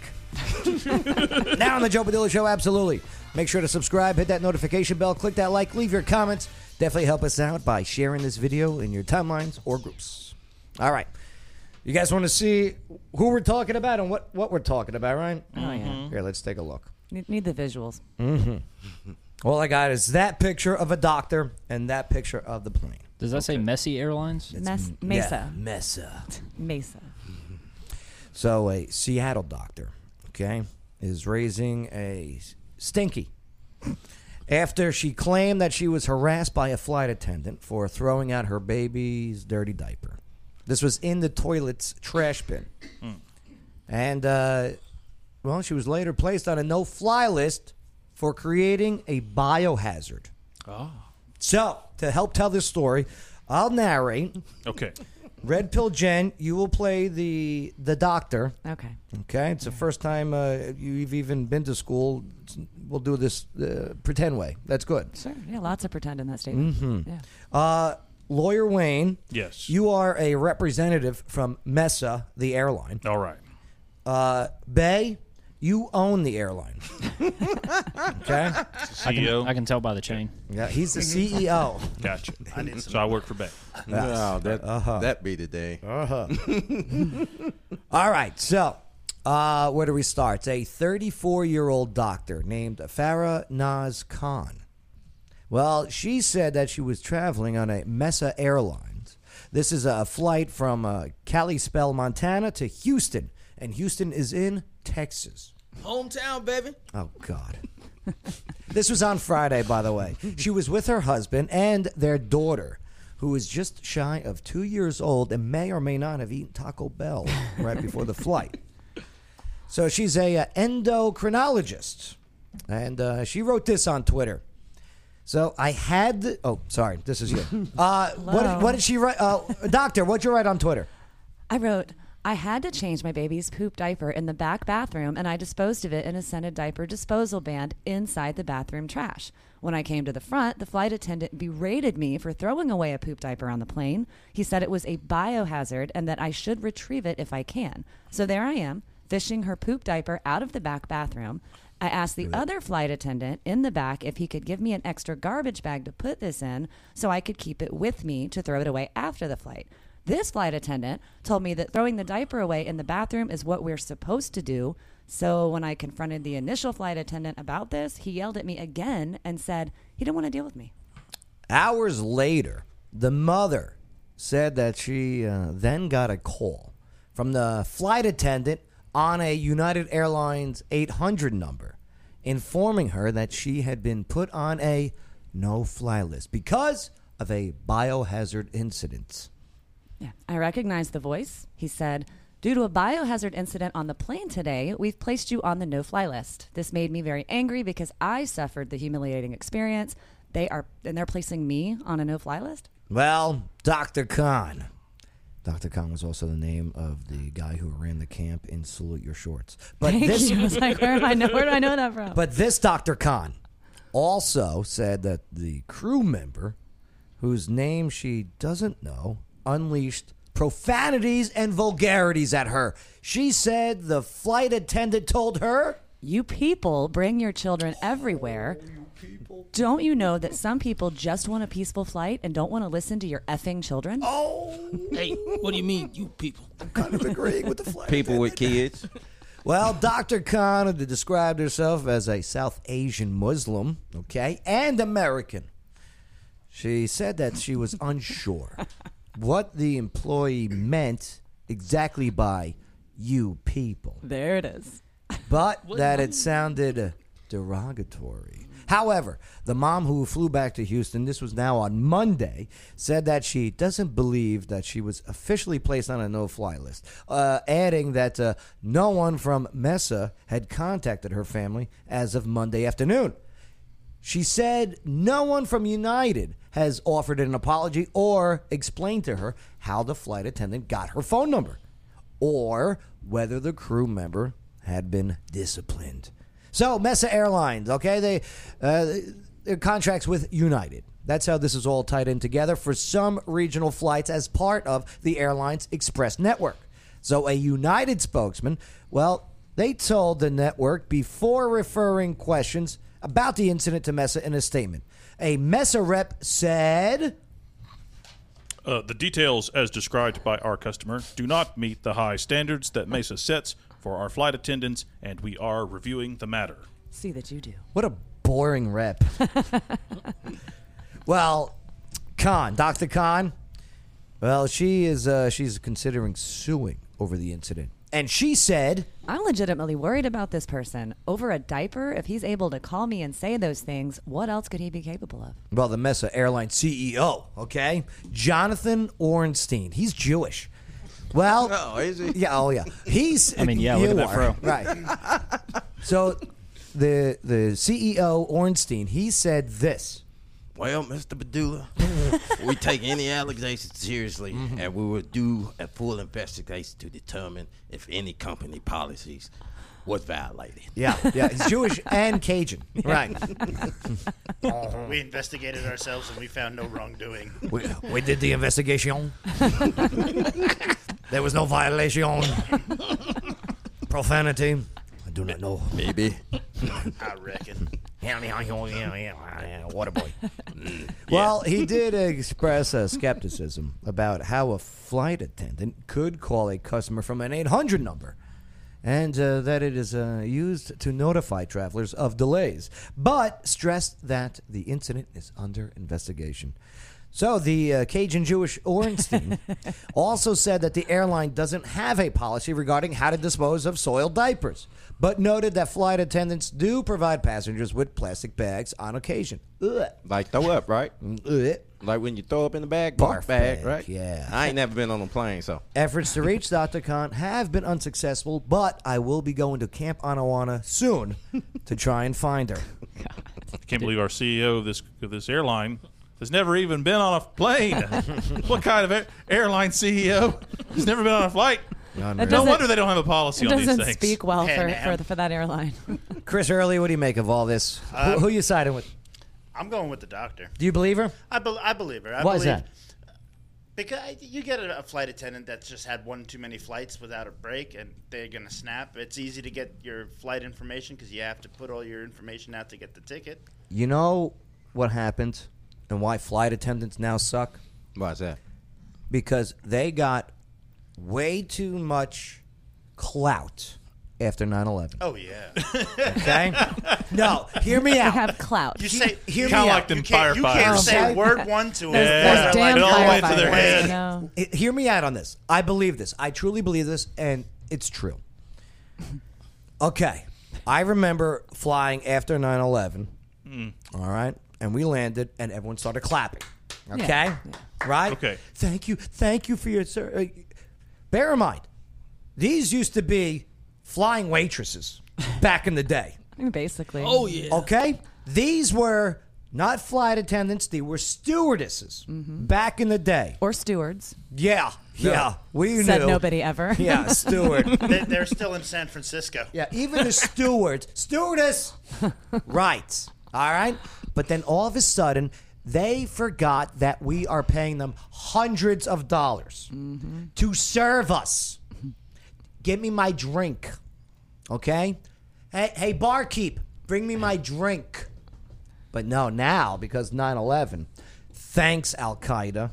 Speaker 1: now on the Joe Padilla Show, absolutely. Make sure to subscribe, hit that notification bell, click that like, leave your comments. Definitely help us out by sharing this video in your timelines or groups. All right. You guys want to see who we're talking about and what, what we're talking about, right?
Speaker 4: Oh, yeah.
Speaker 1: Here, let's take a look.
Speaker 4: Need, need the visuals.
Speaker 1: Mm-hmm. All I got is that picture of a doctor and that picture of the plane.
Speaker 6: Does that say Messy Airlines?
Speaker 4: Mes-
Speaker 1: yeah,
Speaker 4: Mesa.
Speaker 1: Mesa.
Speaker 4: Mesa.
Speaker 1: So a Seattle doctor, okay, is raising a stinky after she claimed that she was harassed by a flight attendant for throwing out her baby's dirty diaper. This was in the toilet's trash bin. And, uh, well, she was later placed on a no fly list for creating a biohazard.
Speaker 5: Oh.
Speaker 1: So, to help tell this story, I'll narrate.
Speaker 5: Okay.
Speaker 1: Red Pill Jen, you will play the the doctor.
Speaker 4: Okay.
Speaker 1: Okay. It's the first time uh, you've even been to school. We'll do this uh, pretend way. That's good.
Speaker 4: Sure. Yeah, lots of pretend in that statement.
Speaker 1: Mhm.
Speaker 4: Yeah.
Speaker 1: Uh, Lawyer Wayne.
Speaker 5: Yes.
Speaker 1: You are a representative from Mesa, the airline.
Speaker 5: All right.
Speaker 1: Uh, Bay, you own the
Speaker 5: (laughs)
Speaker 1: airline. okay.
Speaker 6: I can, I can tell by the chain.
Speaker 1: Yeah, he's the CEO.
Speaker 5: Gotcha.
Speaker 6: (laughs)
Speaker 1: I need some-
Speaker 5: so I work for Bay.
Speaker 1: Yes.
Speaker 8: No, that that be the day. (laughs)
Speaker 1: Uh-huh. (laughs) All right, so uh, where do we start? It's a 34 year old doctor named Farah Naz Khan. Well, she said that she was traveling on a Mesa Airlines. This is a flight from uh, Kalispell, Montana to Houston, and Houston is in Texas.
Speaker 10: Hometown, baby.
Speaker 1: Oh, God. this was on Friday, by the way. She was with her husband and their daughter, who is just shy of two years old and may or may not have eaten Taco Bell right before the flight. So she's a uh, endocrinologist, and uh, she wrote this on Twitter. So I had. The, oh, sorry, this is you. Uh,
Speaker 4: Hello.
Speaker 1: what, what did she write? Uh, doctor, what'd you write on Twitter?
Speaker 4: I wrote, I had to change my baby's poop diaper in the back bathroom, and I disposed of it in a scented diaper disposal band inside the bathroom trash. When I came to the front, the flight attendant berated me for throwing away a poop diaper on the plane. He said it was a biohazard and that I should retrieve it if I can. So there I am, fishing her poop diaper out of the back bathroom. I asked the other flight attendant in the back if he could give me an extra garbage bag to put this in so I could keep it with me to throw it away after the flight. This flight attendant told me that throwing the diaper away in the bathroom is what we're supposed to do. So when I confronted the initial flight attendant about this, he yelled at me again and said he didn't want to deal with me.
Speaker 1: Hours later, the mother said that she uh, then got a call from the flight attendant on a United Airlines 800 number informing her that she had been put on a no fly list because of a biohazard incident.
Speaker 4: I recognized the voice. He said, Due to a biohazard incident on the plane today, we've placed you on the no fly list. This made me very angry because I suffered the humiliating experience. They are, and they're placing me on a no fly list?
Speaker 1: Well, Dr. Khan. Dr. Khan was also the name of the guy who ran the camp in Salute Your Shorts. But
Speaker 4: Thank
Speaker 1: this
Speaker 4: you. I was like, where, am I know, where do I know that from?
Speaker 1: But this Dr. Khan also said that the crew member, whose name she doesn't know, unleashed profanities and vulgarities at her. She said the flight attendant told her.
Speaker 4: You people bring your children everywhere. Don't you know that some people just want a peaceful flight and don't want to listen to your effing children?
Speaker 1: Oh,
Speaker 10: Hey, what do you mean, you people? (laughs)
Speaker 8: People with kids.
Speaker 1: Well, Dr. Khan had described herself as a South Asian Muslim, okay, and American. She said that she was unsure what the employee meant exactly by you people.
Speaker 4: There it is.
Speaker 1: But that it sounded derogatory. However, the mom who flew back to Houston, this was now on Monday, said that she doesn't believe that she was officially placed on a no fly list, uh, adding that uh, no one from Mesa had contacted her family as of Monday afternoon. She said no one from United has offered an apology or explained to her how the flight attendant got her phone number or whether the crew member had been disciplined. So, Mesa Airlines, okay, they uh, their contracts with United. That's how this is all tied in together for some regional flights as part of the airline's express network. So, a United spokesman, well, they told the network before referring questions about the incident to Mesa in a statement. A Mesa rep said,
Speaker 5: Uh, the details, as described by our customer, do not meet the high standards that Mesa sets for our flight attendants, and we are reviewing the matter.
Speaker 4: See that you do.
Speaker 1: What a boring
Speaker 6: (laughs)
Speaker 1: rep. well, Khan, Dr. Khan, well, she is uh, she's considering suing over the incident. And she said,
Speaker 4: I'm legitimately worried about this person. Over a diaper, if he's able to call me and say those things, what else could he be capable of?
Speaker 1: well, the Mesa Airline CEO, okay? Jonathan Ornstein. He's Jewish. Well,
Speaker 8: (laughs) Oh, is he?
Speaker 1: yeah, oh yeah. He's
Speaker 6: I mean, yeah, look
Speaker 1: you
Speaker 6: at that
Speaker 1: are,
Speaker 6: fro.
Speaker 1: Right. so the the CEO Ornstein, he said this.
Speaker 8: Well, Mr.
Speaker 1: (laughs)
Speaker 8: Padula, we take any allegations seriously,
Speaker 1: Mm-hmm.
Speaker 8: and we will do a full investigation to determine if any company policies was violated.
Speaker 1: Yeah, yeah. He's
Speaker 8: (laughs)
Speaker 1: Jewish and Cajun.
Speaker 6: (laughs)
Speaker 1: Right.
Speaker 4: Oh.
Speaker 3: we investigated ourselves and we found no wrongdoing.
Speaker 1: We, we did the investigation. there was no violation. Profanity. I do not know.
Speaker 8: Maybe.
Speaker 3: I
Speaker 1: (laughs)
Speaker 3: reckon.
Speaker 1: What a
Speaker 4: (laughs)
Speaker 1: boy.
Speaker 7: Mm.
Speaker 1: Well, he
Speaker 7: (laughs)
Speaker 1: did express uh, skepticism about how a flight attendant could call a customer from an 800 number and uh, that it is uh, used to notify travelers of delays, but stressed that the incident is under investigation. So the uh, Cajun Jewish Orenstein also said that the airline doesn't have a policy regarding how to dispose of soiled diapers, but noted that flight attendants do provide passengers with plastic bags on occasion. Ugh.
Speaker 8: Like throw up, right? Like when you throw up in the bag, barf,
Speaker 1: Barf
Speaker 8: bag,
Speaker 1: bag,
Speaker 8: right?
Speaker 1: yeah.
Speaker 8: I ain't never been on a plane, so
Speaker 1: Efforts to reach Dr. Khan have been unsuccessful, but I will be going to Camp Anawana soon to try and find her.
Speaker 5: I can't believe our CEO of this of this airline has never even been on a
Speaker 4: (laughs)
Speaker 5: plane. what kind of air, airline CEO has never been on a flight?
Speaker 1: No,
Speaker 5: no
Speaker 1: That doesn't-
Speaker 5: wonder they don't have a policy
Speaker 4: It
Speaker 5: on these
Speaker 4: doesn't
Speaker 5: things.
Speaker 4: speak well
Speaker 3: Pan
Speaker 4: for,
Speaker 3: Am.
Speaker 4: for, for that airline.
Speaker 1: Chris Early, what do you make of all this?
Speaker 3: Um,
Speaker 1: who, who you siding with?
Speaker 3: I'm going with the doctor.
Speaker 1: Do you believe her?
Speaker 3: I, bel I believe her. I
Speaker 1: Why
Speaker 3: believe,
Speaker 1: is that?
Speaker 3: Because I- you get a, a flight attendant that's just had one too many flights without a break, and they're going to snap. It's easy to get your flight information because you have to put all your information out to get the ticket.
Speaker 1: You know what happened and why flight attendants now suck?
Speaker 8: Why is that?
Speaker 1: Because they got way too much clout after 9 11.
Speaker 3: Oh (laughs) yeah.
Speaker 1: Okay? no, hear
Speaker 4: (laughs)
Speaker 1: me out.
Speaker 4: have clout.
Speaker 3: You
Speaker 4: (laughs)
Speaker 3: say
Speaker 1: Hear me
Speaker 5: Kinda
Speaker 1: out.
Speaker 5: like them
Speaker 3: you can't, you
Speaker 5: firefighters.
Speaker 3: can't say
Speaker 1: Okay.
Speaker 5: (laughs)
Speaker 3: word one to them.
Speaker 5: Those- those damn It all went to their firefighters, head. you
Speaker 4: know.
Speaker 1: (laughs) He- Hear me out on this. I believe this. I truly believe this, and it's true. Okay. I remember flying after 9 11.
Speaker 5: Hmm.
Speaker 1: All right. And we landed, and everyone started clapping. Okay.
Speaker 4: Yeah.
Speaker 1: Right?
Speaker 5: Okay.
Speaker 1: Thank you. Thank you for your. Sir- uh, bear in mind, these used to be flying waitresses back in the day.
Speaker 4: (laughs) Basically.
Speaker 10: Oh yeah.
Speaker 1: Okay? These were not flight attendants, they were stewardesses back in the day.
Speaker 4: Mm-hmm. Or stewards.
Speaker 1: Yeah, yeah. We
Speaker 4: Said
Speaker 1: knew.
Speaker 4: nobody ever. (laughs)
Speaker 1: Yeah, steward.
Speaker 3: They- They're still in San Francisco.
Speaker 1: yeah, even the stewards. Stewardess! right. All right? But then all of a sudden, they forgot that we are paying them hundreds of dollars to serve us. Give me my drink. Okay? Hey, hey, barkeep, bring me my drink. But no, now, because 9 11, thanks, Al Qaeda,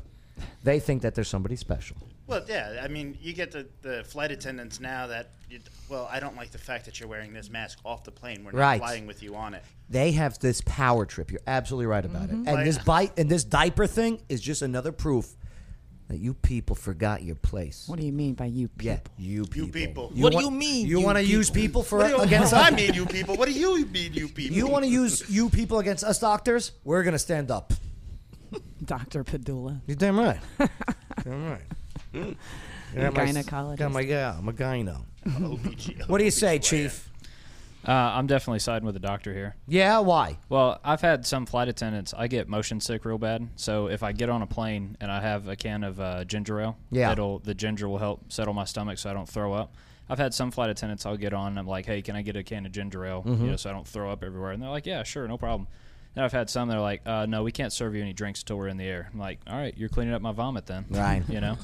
Speaker 1: they think that there's somebody special.
Speaker 3: Well, yeah. I mean, you get the, the flight attendants now that. You, well, I don't like the fact that you're wearing this mask off the plane. We're not
Speaker 1: Right.
Speaker 3: flying with you on it.
Speaker 1: they have this
Speaker 4: Mm-hmm.
Speaker 1: power trip. You're absolutely right about it. And
Speaker 3: Like-
Speaker 1: this bite and this diaper thing is just another proof that you people forgot your place.
Speaker 4: What do you mean by you
Speaker 1: people? Yeah, you people.
Speaker 3: people. What do
Speaker 1: want-
Speaker 3: you mean,
Speaker 1: You
Speaker 3: you
Speaker 1: want to
Speaker 3: people?
Speaker 1: use people for
Speaker 3: What do you-
Speaker 1: against
Speaker 3: I
Speaker 1: us?
Speaker 3: mean you people. What do you mean you people?
Speaker 1: You want to use you people against us doctors? We're gonna stand up.
Speaker 4: (laughs) Doctor Padula.
Speaker 1: You're damn
Speaker 4: (laughs)
Speaker 1: right. damn right. Yeah, my-
Speaker 4: Gynecologist.
Speaker 1: Yeah, my, yeah, I'm a gyno.
Speaker 3: OBG.
Speaker 1: What do you say, Chief?
Speaker 6: Uh, I'm definitely siding with the doctor here.
Speaker 1: Yeah, why?
Speaker 6: Well, I've had some flight attendants. I get motion sick real bad. So if I get on a plane and I have a can of uh, ginger ale,
Speaker 1: Yeah.
Speaker 6: it'll the ginger will help settle my stomach so I don't throw up. I've had some flight attendants. I'll get on. I'm like, hey, can I get a can of ginger ale?
Speaker 1: Mhm.
Speaker 6: You know, so I don't throw up everywhere. And they're like, yeah, sure, no problem. And I've had some that are like, uh, no, we can't serve you any drinks until we're in the air. I'm like, all right, you're cleaning up my vomit then. (laughs)
Speaker 1: Right.
Speaker 6: You know.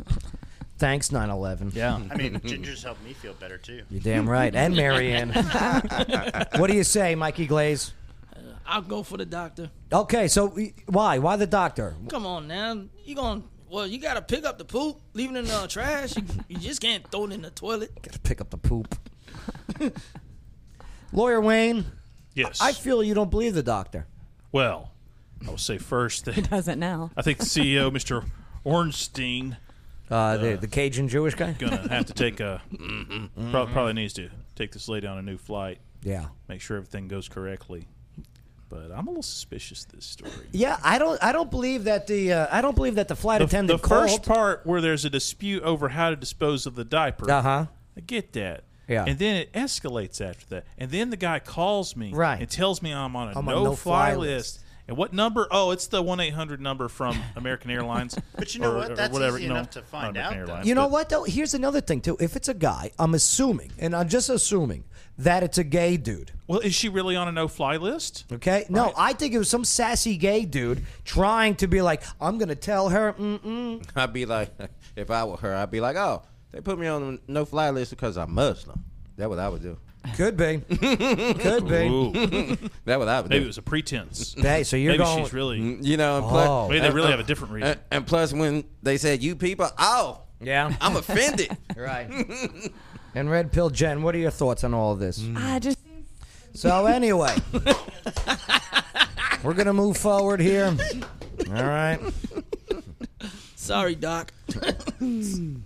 Speaker 1: Thanks, 9/11.
Speaker 6: Yeah.
Speaker 1: (laughs)
Speaker 3: I mean, Ginger's helped me feel better too.
Speaker 1: You're damn right, and Marianne. what do you say, Mikey Glaze?
Speaker 10: Uh, I'll go for the doctor.
Speaker 1: Okay, so we- why? Why the doctor?
Speaker 10: Come on now, you going well? You gotta pick up the poop, leave it in the trash. You, you just can't throw it in the toilet.
Speaker 1: Pick up the poop. Lawyer Wayne.
Speaker 5: Yes.
Speaker 1: I feel you don't believe the doctor.
Speaker 5: Well, I will say first that
Speaker 4: It doesn't now.
Speaker 5: I think
Speaker 1: (laughs)
Speaker 5: E CEO Mr. Ornstein,
Speaker 1: uh, the, the Cajun Jewish guy, Mm-hmm.
Speaker 5: gonna have to take
Speaker 1: (laughs)
Speaker 5: a prob- probably needs to take this lady on a new flight.
Speaker 1: Yeah.
Speaker 5: make sure everything goes correctly. But I'm a little suspicious of this story.
Speaker 1: Yeah, I don't. I don't believe that the. Uh, I don't believe that the flight
Speaker 5: The, the
Speaker 1: attendant
Speaker 5: first
Speaker 1: called.
Speaker 5: part where there's a dispute over how to dispose of the diaper.
Speaker 1: Uh-huh.
Speaker 5: I get that.
Speaker 1: Yeah.
Speaker 5: And then it escalates after that. And then the guy calls me
Speaker 1: Right.
Speaker 5: and tells me I'm on a
Speaker 1: I'm on
Speaker 5: no,
Speaker 1: no-fly
Speaker 5: fly list. And what number? Oh, it's the 1 800 number from American Airlines.
Speaker 3: (laughs) But you know what? That's easy enough to
Speaker 5: not
Speaker 3: find
Speaker 5: American
Speaker 3: out, though.
Speaker 5: Airlines,
Speaker 1: You know
Speaker 5: but-
Speaker 1: what though? Here's another thing too. If it's a guy, I'm assuming, and I'm just assuming that it's a gay dude.
Speaker 5: Well, is she really on a no fly list?
Speaker 1: Okay. No, I think it was some sassy gay dude trying to be like, I'm gonna tell her. Mm-mm.
Speaker 8: (laughs) I'd be like, if I were her, I'd be like, oh, they put me on the no fly list because I'm Muslim. That's what I would do.
Speaker 1: Could be. Could be.
Speaker 8: (laughs) that what I would
Speaker 5: Maybe
Speaker 8: do.
Speaker 5: it was
Speaker 1: (laughs)
Speaker 5: a pretense.
Speaker 1: Hey, so you're Oh.
Speaker 5: Maybe
Speaker 1: going-
Speaker 5: she's really.
Speaker 8: Mm, You know, and plus,
Speaker 5: Maybe they
Speaker 8: and-
Speaker 5: really
Speaker 8: uh,
Speaker 5: have a different reason.
Speaker 8: And, and plus, when they said you people, oh,
Speaker 1: yeah,
Speaker 8: I'm offended.
Speaker 1: (laughs) right. And red pill Jen, what are your thoughts on all of this?
Speaker 13: Mm.
Speaker 4: I just
Speaker 1: So anyway,
Speaker 4: (laughs)
Speaker 1: we're gonna move forward here. All right.
Speaker 10: Sorry, doc.
Speaker 1: It's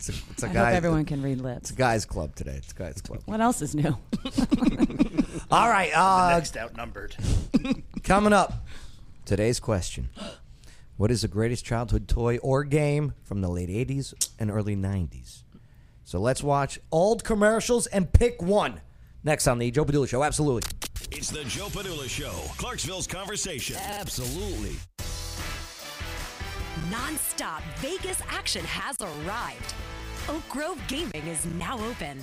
Speaker 1: a, it's a
Speaker 4: I hope
Speaker 1: guy-
Speaker 4: everyone can read lips.
Speaker 1: It's a guys' club today. It's a guys' club.
Speaker 4: What else is new?
Speaker 1: (laughs) All right. Uh,
Speaker 3: Next outnumbered.
Speaker 1: (laughs) Coming up, today's question. What is the greatest childhood toy or game from the late 80s and early 90s? So let's watch old commercials and pick one. Next on the Joe Padula Show, absolutely.
Speaker 15: It's the Joe Padula Show, Clarksville's conversation. Absolutely.
Speaker 16: Non-stop Vegas action has arrived. Oak Grove Gaming is now open.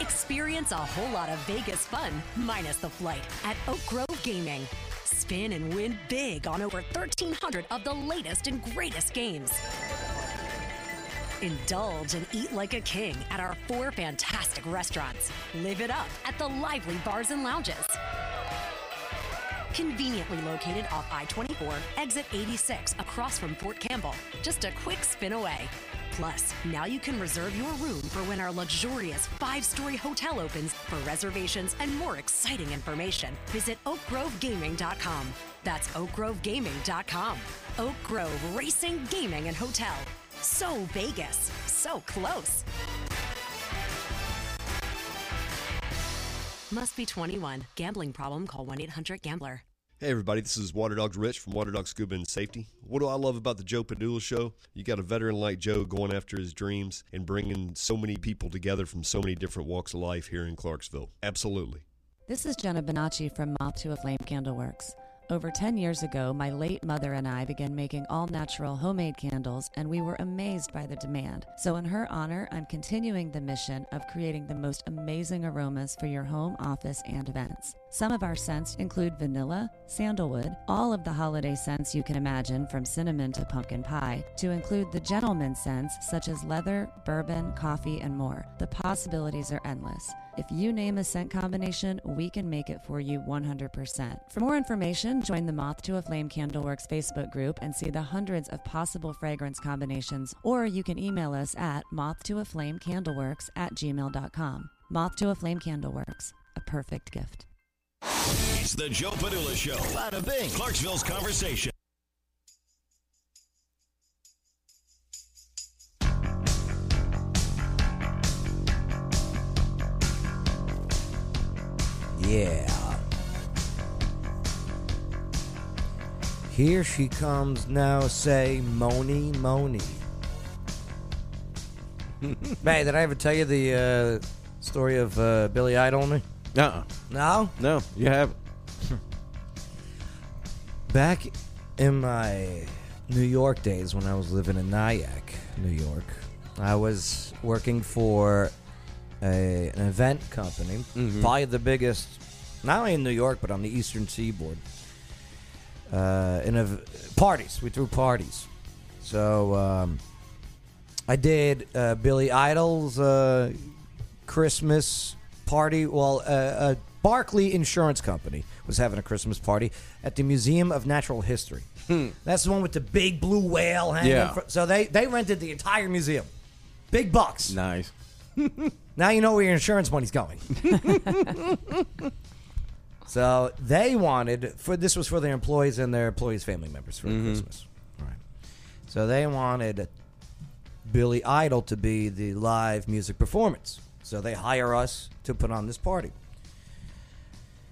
Speaker 16: Experience a whole lot of Vegas fun, minus the flight, at Oak Grove Gaming. Spin and win big on over 1,300 of the latest and greatest games. Indulge and eat like a king at our four fantastic restaurants. Live it up at the lively bars and lounges. Conveniently located off I 24, exit 86, across from Fort Campbell. Just a quick spin away. Plus, now you can reserve your room for when our luxurious five story hotel opens. For reservations and more exciting information, visit oakgrovegaming.com. That's oakgrovegaming.com. Oak Grove Racing, Gaming, and Hotel. So Vegas, so close. Must be 21. Gambling problem, call 1 800 Gambler.
Speaker 17: Hey everybody, this is Water Dogs Rich from Water Dog Scuba and Safety. What do I love about the Joe Padula Show? You got a veteran like Joe going after his dreams and bringing so many people together from so many different walks of life here in Clarksville. Absolutely.
Speaker 4: This is Jenna Bonacci from Mop to a Flame Candleworks. Over 10 years ago, my late mother and I began making all natural homemade candles, and we were amazed by the demand. So, in her honor, I'm continuing the mission of creating the most amazing aromas for your home, office, and events. Some of our scents include vanilla, sandalwood, all of the holiday scents you can imagine, from cinnamon to pumpkin pie, to include the gentleman scents such as leather, bourbon, coffee, and more. The possibilities are endless. If you name a scent combination, we can make it for you 100%. For more information, join the Moth to a Flame Candleworks Facebook group and see the hundreds of possible fragrance combinations, or you can email us at moth to a flame candleworks at gmail.com. Moth to a Flame Candleworks, a perfect gift.
Speaker 15: It's the Joe Padula Show. Clarksville's conversation.
Speaker 1: Yeah. Here she comes now, say Moni
Speaker 7: (laughs)
Speaker 1: Moni. May, did I ever tell you the uh, story of uh, Billy Idol?
Speaker 7: Uh-uh.
Speaker 1: No?
Speaker 7: No, you haven't.
Speaker 1: (laughs) Back in my New York days when I was living in Nyack, New York, I was working for a, an event company, probably the biggest, not only in New York, but on the Eastern Seaboard. Uh, in a, parties, we threw parties. So um, I did uh, Billy Idol's uh, Christmas party. Well, uh, uh, Barclay Insurance Company was having a Christmas party at the Museum of Natural History. Hmm. That's the one with the big blue whale hanging.
Speaker 7: Yeah.
Speaker 1: fro- so they they rented the (laughs) entire museum, big bucks.
Speaker 7: Nice.
Speaker 1: (laughs) now you know where your insurance money's going. (laughs) so they wanted for this was for their employees and their employees' family members for Christmas. All right. So they wanted Billy Idol to be the live music performance. So they hire us to put on this party.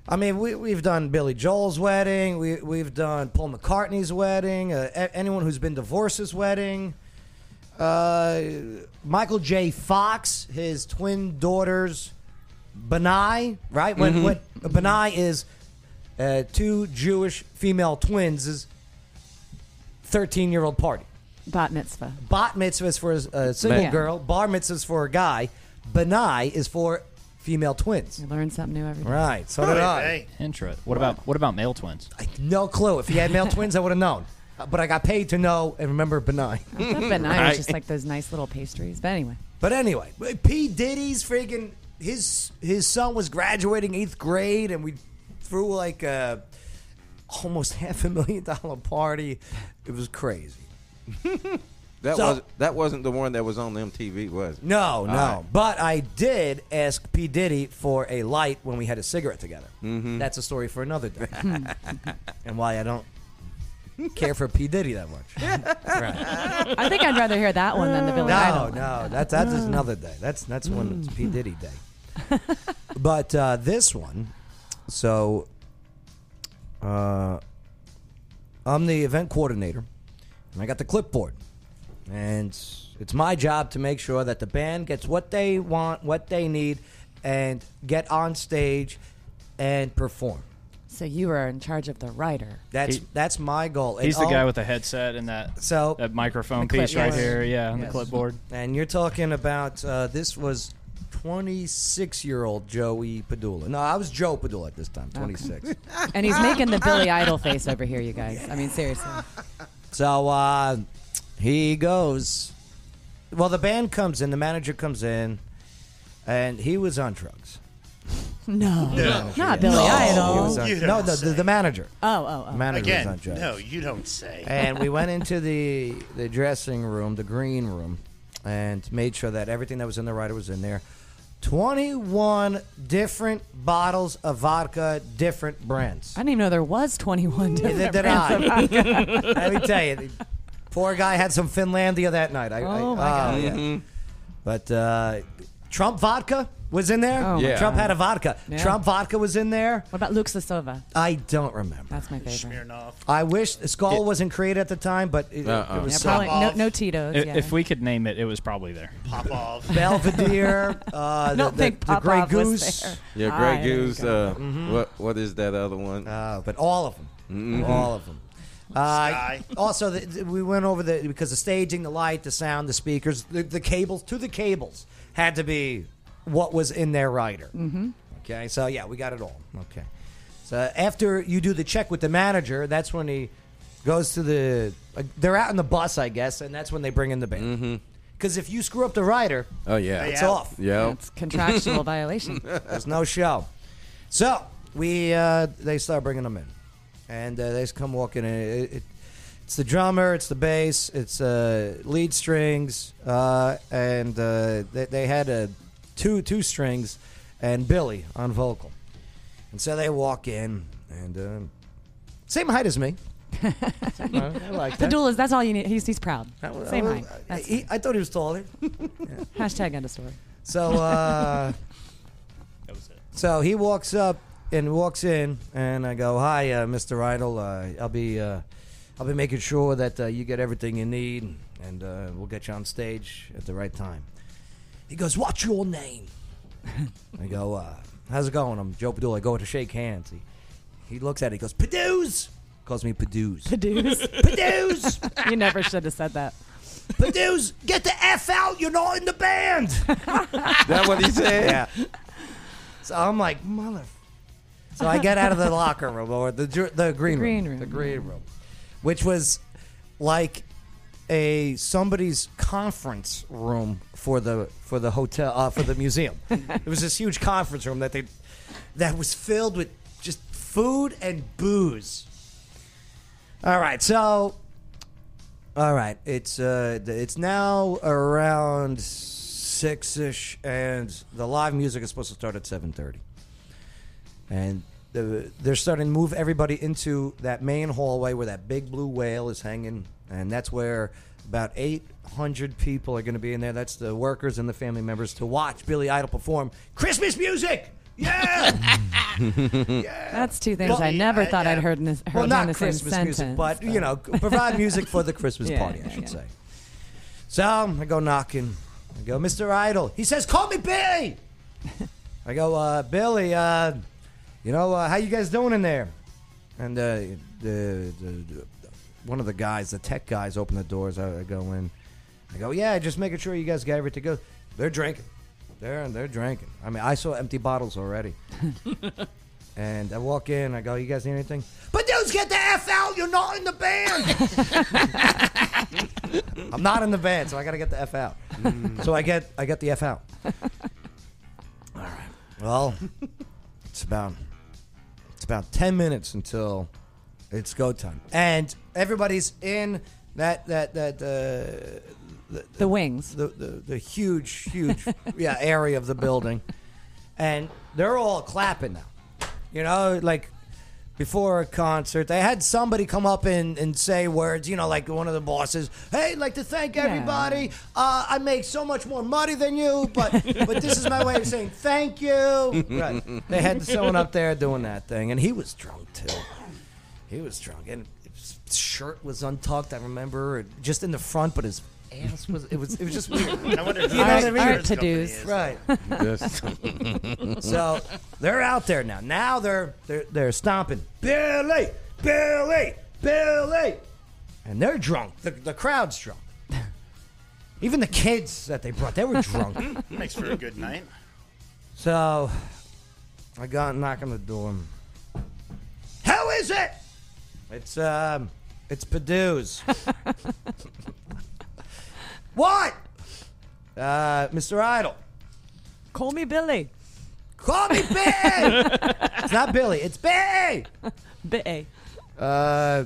Speaker 1: I mean, we, we've done Billy Joel's wedding. We, we've done Paul McCartney's wedding. Uh, a- anyone who's been divorced's wedding. Uh, Michael J. Fox, his twin daughters, Benai, right? When,
Speaker 7: Mhm.
Speaker 1: when Benai is uh, two Jewish female twins' 13 year old party.
Speaker 4: Bat mitzvah.
Speaker 1: Bat mitzvah is for a a single
Speaker 4: Yeah.
Speaker 1: girl, bar mitzvah is for a guy, Benai is for female twins. You
Speaker 4: learn something new every day.
Speaker 1: Right, so did I.
Speaker 6: Intro. What about what about male twins?
Speaker 1: No clue. If he had male twins, I would have known. Uh, But I got paid to know and remember Benai.
Speaker 4: (laughs) I thought banana was just like those nice little pastries. But anyway,
Speaker 1: But anyway, P. Diddy's freaking his his son was graduating eighth grade, and we threw like a almost (laughs) half a million dollar party. It was crazy.
Speaker 7: That
Speaker 1: So-
Speaker 7: was that wasn't the one that was on MTV, was it?
Speaker 1: No,
Speaker 7: All
Speaker 1: no.
Speaker 7: right.
Speaker 1: But I did ask P. Diddy for a light when we had a cigarette together.
Speaker 7: Mhm.
Speaker 1: That's a story for another
Speaker 7: (laughs)
Speaker 1: day. and why I don't care for P. Diddy that much.
Speaker 7: (laughs)
Speaker 1: Right.
Speaker 4: (laughs) I think I'd rather hear that one than the Billy
Speaker 1: no,
Speaker 4: Idol. one. Mm.
Speaker 1: No, that's that's just another day. That's that's when it's P Diddy day.
Speaker 4: (laughs)
Speaker 1: but uh, this one, so uh, I'm the event coordinator, and I got the clipboard, and it's- it's my job to make sure that the band gets what they want, what they need, and get on stage and perform.
Speaker 4: So you were in charge of the writer.
Speaker 1: That's that's my goal. And
Speaker 6: He's the
Speaker 1: all- Oh.
Speaker 6: guy with the headset and that
Speaker 1: so
Speaker 6: that microphone piece right here. Yeah, on the
Speaker 1: Yes.
Speaker 6: clipboard.
Speaker 1: And you're talking about uh, this was 26 year old Joey Padula. No, I was Joe Padula at this time, 26.
Speaker 4: (laughs) And he's making the Billy
Speaker 1: (laughs)
Speaker 4: Idol face over here, you guys. I mean, seriously.
Speaker 1: so uh, he goes. Well, the band comes in, the manager comes in, and he was on drugs.
Speaker 4: No.
Speaker 1: The manager, yeah.
Speaker 4: Not Billy Idol.
Speaker 1: He was on-
Speaker 3: You
Speaker 1: no,
Speaker 3: don't
Speaker 1: the, the, the manager.
Speaker 4: Oh, oh, oh.
Speaker 1: The manager
Speaker 3: Again,
Speaker 1: was on drugs.
Speaker 3: no, you don't say.
Speaker 1: and we went into the the dressing room, the green room, and made sure that everything that was in the rider was in there. Twenty one different bottles of vodka, different brands.
Speaker 4: I didn't even know there was 21 different
Speaker 1: Neither did
Speaker 4: brands
Speaker 1: I.
Speaker 4: of vodka.
Speaker 1: (laughs) Let me tell you, the poor guy had some Finlandia that night. I, I-
Speaker 4: Oh, my God.
Speaker 1: yeah. But uh, Trump vodka was in there.
Speaker 4: Oh, my Yeah.
Speaker 1: Trump
Speaker 4: God.
Speaker 1: had a vodka.
Speaker 4: Yeah.
Speaker 1: Trump vodka was in there.
Speaker 4: What about Luke Sasova?
Speaker 1: I don't remember.
Speaker 4: That's my favorite.
Speaker 1: I wish Skull wasn't created at the time, but it, it was
Speaker 4: Yeah,
Speaker 1: some-
Speaker 4: probably, no, no Tito's.
Speaker 6: I-
Speaker 4: yeah.
Speaker 6: Uh-uh. If we could name it, it was probably there.
Speaker 3: Popov.
Speaker 4: (laughs)
Speaker 1: Belvedere, uh, the,
Speaker 4: Don't
Speaker 1: the,
Speaker 4: think
Speaker 1: the Grey
Speaker 4: Popov was
Speaker 1: Goose.
Speaker 4: there.
Speaker 7: Yeah,
Speaker 1: Ah,
Speaker 7: Grey
Speaker 1: there you
Speaker 7: Goose.
Speaker 1: go.
Speaker 7: Uh,
Speaker 1: Mhm.
Speaker 7: What what is that other one?
Speaker 1: Uh, but all of them,
Speaker 7: Mhm.
Speaker 6: Mm-hmm.
Speaker 1: all of them. Uh, also, the, the- we went over the because the staging, the light, the sound, the speakers, the, the cables to the cables had to be what was in their rider.
Speaker 4: Mhm.
Speaker 1: Okay, so yeah, we got it all. Okay, so after you do the check with the manager, that's when he goes to the. Uh, they're out in the bus, I guess, and that's when they bring in the band. Because if you screw up the rider,
Speaker 7: Oh yeah,
Speaker 1: it's off.
Speaker 7: Yeah,
Speaker 1: It's (laughs)
Speaker 4: contractual violation.
Speaker 1: There's no show. So we uh, they start bringing them in, and uh, they just come walking in. It, it, it's the drummer, it's the bass, it's uh, lead strings, uh, and uh, they, they had uh, two two strings and Billy on vocal. And so they walk in, and um, same height as
Speaker 4: (laughs)
Speaker 1: me. Same height. I like
Speaker 4: The
Speaker 1: that.
Speaker 4: duel is, that's all you need. He's, he's proud.
Speaker 1: was-
Speaker 4: Same
Speaker 1: I
Speaker 4: height.
Speaker 1: was-
Speaker 4: That's
Speaker 1: he- I thought he was
Speaker 4: (laughs)
Speaker 1: taller.
Speaker 4: Hashtag end of story.
Speaker 1: So uh,
Speaker 6: (laughs) That was it.
Speaker 1: So he walks up and he walks in, and I go, "Hi, uh, Mr. Idle. Uh, I'll be, uh, I'll be making sure that uh, you get everything you need, and uh, we'll get you on stage at the right time." He goes, "What's your name?" I go, uh, "How's it going? I'm Joe Padula." I go to shake hands. He, he looks at it. He goes, "Padoos." Calls me Padoos.
Speaker 4: Padoos.
Speaker 1: Padoos.
Speaker 4: (laughs) you
Speaker 1: (laughs)
Speaker 4: never (laughs) should have said that.
Speaker 1: Padoos, get the f out. You're not in the
Speaker 4: (laughs)
Speaker 1: band.
Speaker 7: That what he said?
Speaker 1: Yeah. So I'm like, mother. So I get out of the locker room or the ju- the green,
Speaker 4: Green
Speaker 1: room,
Speaker 4: room,
Speaker 1: the green room, which was like a somebody's conference room for the for the hotel uh, for the (laughs) museum. it was this huge conference room that they that was filled with just food and booze. All right, so all right, it's uh, th- it's now around six ish, and the live music is supposed to start at seven thirty, (laughs) and the, they're starting to move everybody into that main hallway where that big blue whale is hanging, and that's where about eight hundred people are going to be in there. That's the workers and the family members to watch Billy Idol perform Christmas music.
Speaker 4: That's two things I never thought I'd heard in this. Heard
Speaker 1: Well,
Speaker 4: in
Speaker 1: not
Speaker 4: the
Speaker 1: Christmas
Speaker 4: same sentence,
Speaker 1: music, but, you know, provide music for
Speaker 4: (laughs)
Speaker 1: the Christmas
Speaker 4: Yeah,
Speaker 1: party, I
Speaker 4: yeah,
Speaker 1: should
Speaker 4: yeah.
Speaker 1: say. So I go knocking. I go, Mr. Idol. He says, "Call me Billy." I go, uh, Billy. Uh, you know uh, how you guys doing in there? And uh, the, the, the one of the guys, the tech guys, open the doors. I, I go in. I go, yeah, just making sure you guys got everything good. They're drinking. They're they're drinking. I mean, I saw empty bottles
Speaker 4: (laughs)
Speaker 1: already. and I walk in. I go, you guys need anything? But dudes, get the F out. You're not in the (laughs) band. I'm not in the van, so I got to get the f out. So I get I get the f out. Mm. (laughs) All right. Well, it's about it's about ten minutes until it's go time, and everybody's in that that that uh, the,
Speaker 4: the wings,
Speaker 1: the, the the huge huge yeah area of the building, and they're all clapping now. You know, like before a concert, they had somebody come up and, and say words, you know, like one of the bosses, hey, I'd like to thank everybody. Uh, I make so much more money than you, but but this is my way of saying thank you. (laughs) Right. They had someone up there doing that thing, and he was drunk too. He was drunk, and his shirt was untucked. I remember, and just in the front, but his ass was it was it was just weird.
Speaker 3: (laughs) I wonder who
Speaker 1: You know
Speaker 3: his
Speaker 1: what I mean?
Speaker 3: insurance company is.
Speaker 1: right?
Speaker 3: Yes.
Speaker 1: so they're out there now. Now they're they're they're stomping. Billy, Billy, Billy, and they're drunk. The, the crowd's drunk. Even the kids that they brought, they were
Speaker 3: (laughs)
Speaker 1: drunk.
Speaker 3: Makes for a good night.
Speaker 1: So I got a knock on the door. How is it? It's um it's
Speaker 4: (laughs)
Speaker 1: Padue's. what? Uh Mr. Idol.
Speaker 4: Call me Billy.
Speaker 1: Call me
Speaker 4: (laughs)
Speaker 1: Billy. it's not Billy, it's Billy.
Speaker 4: Billy.
Speaker 1: Uh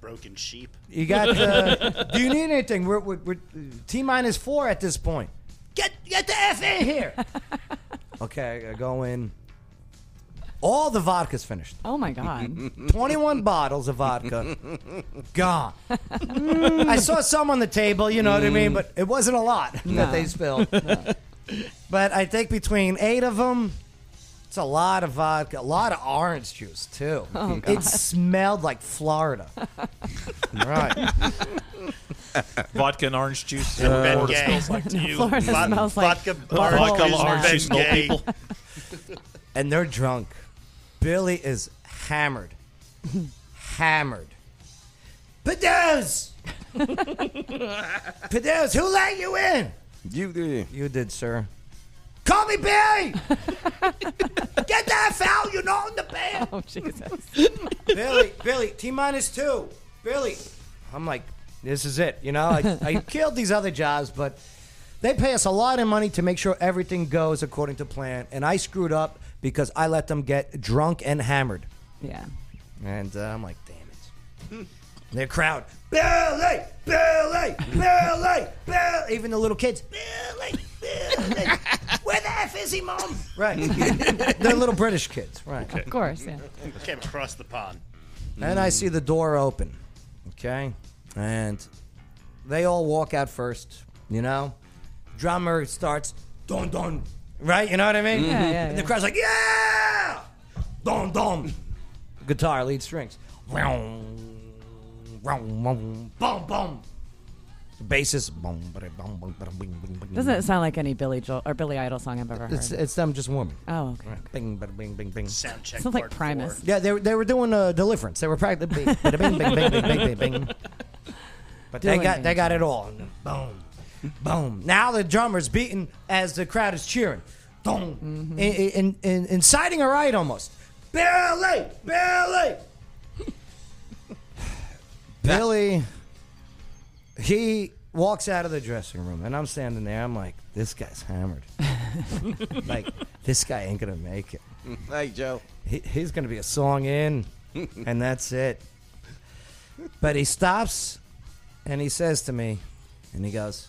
Speaker 3: Broken sheep.
Speaker 1: you got uh,
Speaker 4: (laughs)
Speaker 1: do you need anything? We're, we're, we're T minus four at this point. Get get the F in here. Okay, I go in. All the vodka's finished.
Speaker 4: Oh
Speaker 1: (laughs)
Speaker 4: my god.
Speaker 1: 21 bottles of
Speaker 4: (laughs)
Speaker 1: vodka gone. I saw some on the table, you know what I mean,
Speaker 4: Mm.
Speaker 1: but it wasn't a lot (laughs)
Speaker 4: No.
Speaker 1: that they spilled. But I think between eight of them, it's a lot of vodka, a lot of orange juice too.
Speaker 4: Oh, God.
Speaker 1: it smelled like
Speaker 4: (laughs)
Speaker 1: Florida. right.
Speaker 5: (laughs)
Speaker 1: (laughs)
Speaker 5: Vodka and orange juice.
Speaker 1: Uh, Ben
Speaker 5: Florida
Speaker 1: Gay.
Speaker 5: smells like to
Speaker 1: No,
Speaker 5: you.
Speaker 1: Florida Vod- smells like vodka
Speaker 5: vodka,
Speaker 1: buttholes
Speaker 5: orange
Speaker 1: now.
Speaker 5: juice.
Speaker 1: Ben
Speaker 5: old
Speaker 1: Gay.
Speaker 5: people.
Speaker 1: (laughs) and they're drunk. Billy is hammered. hammered. Padouz! Padouz, who let you in?
Speaker 7: You did.
Speaker 1: You did, sir. Call me Billy! Get the F out, you're not in the band!
Speaker 4: Oh, Jesus.
Speaker 1: Billy, Billy, T minus two. Billy. I'm like, this is it. You know, I,
Speaker 4: (laughs)
Speaker 1: I killed these other jobs, but they pay us a lot of money to make sure everything goes according to plan. And I screwed up because I let them get drunk and hammered.
Speaker 4: Yeah.
Speaker 1: And uh, I'm like, damn it. And their crowd, (laughs) Billy, Billy, Billy, Billy. Even the little kids, Billy, Billy. Where the F is he, Mom? Right. They're little British kids, right.
Speaker 3: Okay. Of
Speaker 4: course, yeah.
Speaker 3: Came across the pond.
Speaker 1: And I see the door open. Okay. And they all walk out first, you know? Drummer starts, dun dun. Right? You know what I mean?
Speaker 4: Yeah, yeah,
Speaker 1: Mm-hmm. and the
Speaker 4: yeah.
Speaker 1: crowd's like, yeah! dom dom. Guitar, lead strings. Vroom, vroom, vroom, Boom boom. Bassist. Boom, ba-da, boom, boom, ba-da, bing, bing, bing.
Speaker 4: Doesn't it sound like any Billy Joel or Billy Idol song I've ever heard?
Speaker 1: It's, it's them just warming.
Speaker 4: Oh, okay.
Speaker 1: Bing, bada, bing, bing, bing.
Speaker 3: Sound check.
Speaker 4: Sounds like Primus.
Speaker 1: Yeah, they, they were doing uh, Deliverance. They were practically bing, bada, bing, bing, bing, bing, bing, bing, bing. But they
Speaker 4: Doing
Speaker 1: got they
Speaker 4: things.
Speaker 1: got it all. Boom, boom. Now the drummer's beating as the crowd is cheering. Boom,
Speaker 4: Mm-hmm.
Speaker 1: in, in, in, inciting a riot almost. Billy, Billy, Billy. He walks out of the dressing room, and I'm standing there. I'm like, this guy's hammered. like this guy ain't gonna make it.
Speaker 7: Thanks, Joe.
Speaker 1: He, he's going to be a song in, and that's it. But he stops and he says to me, and he goes,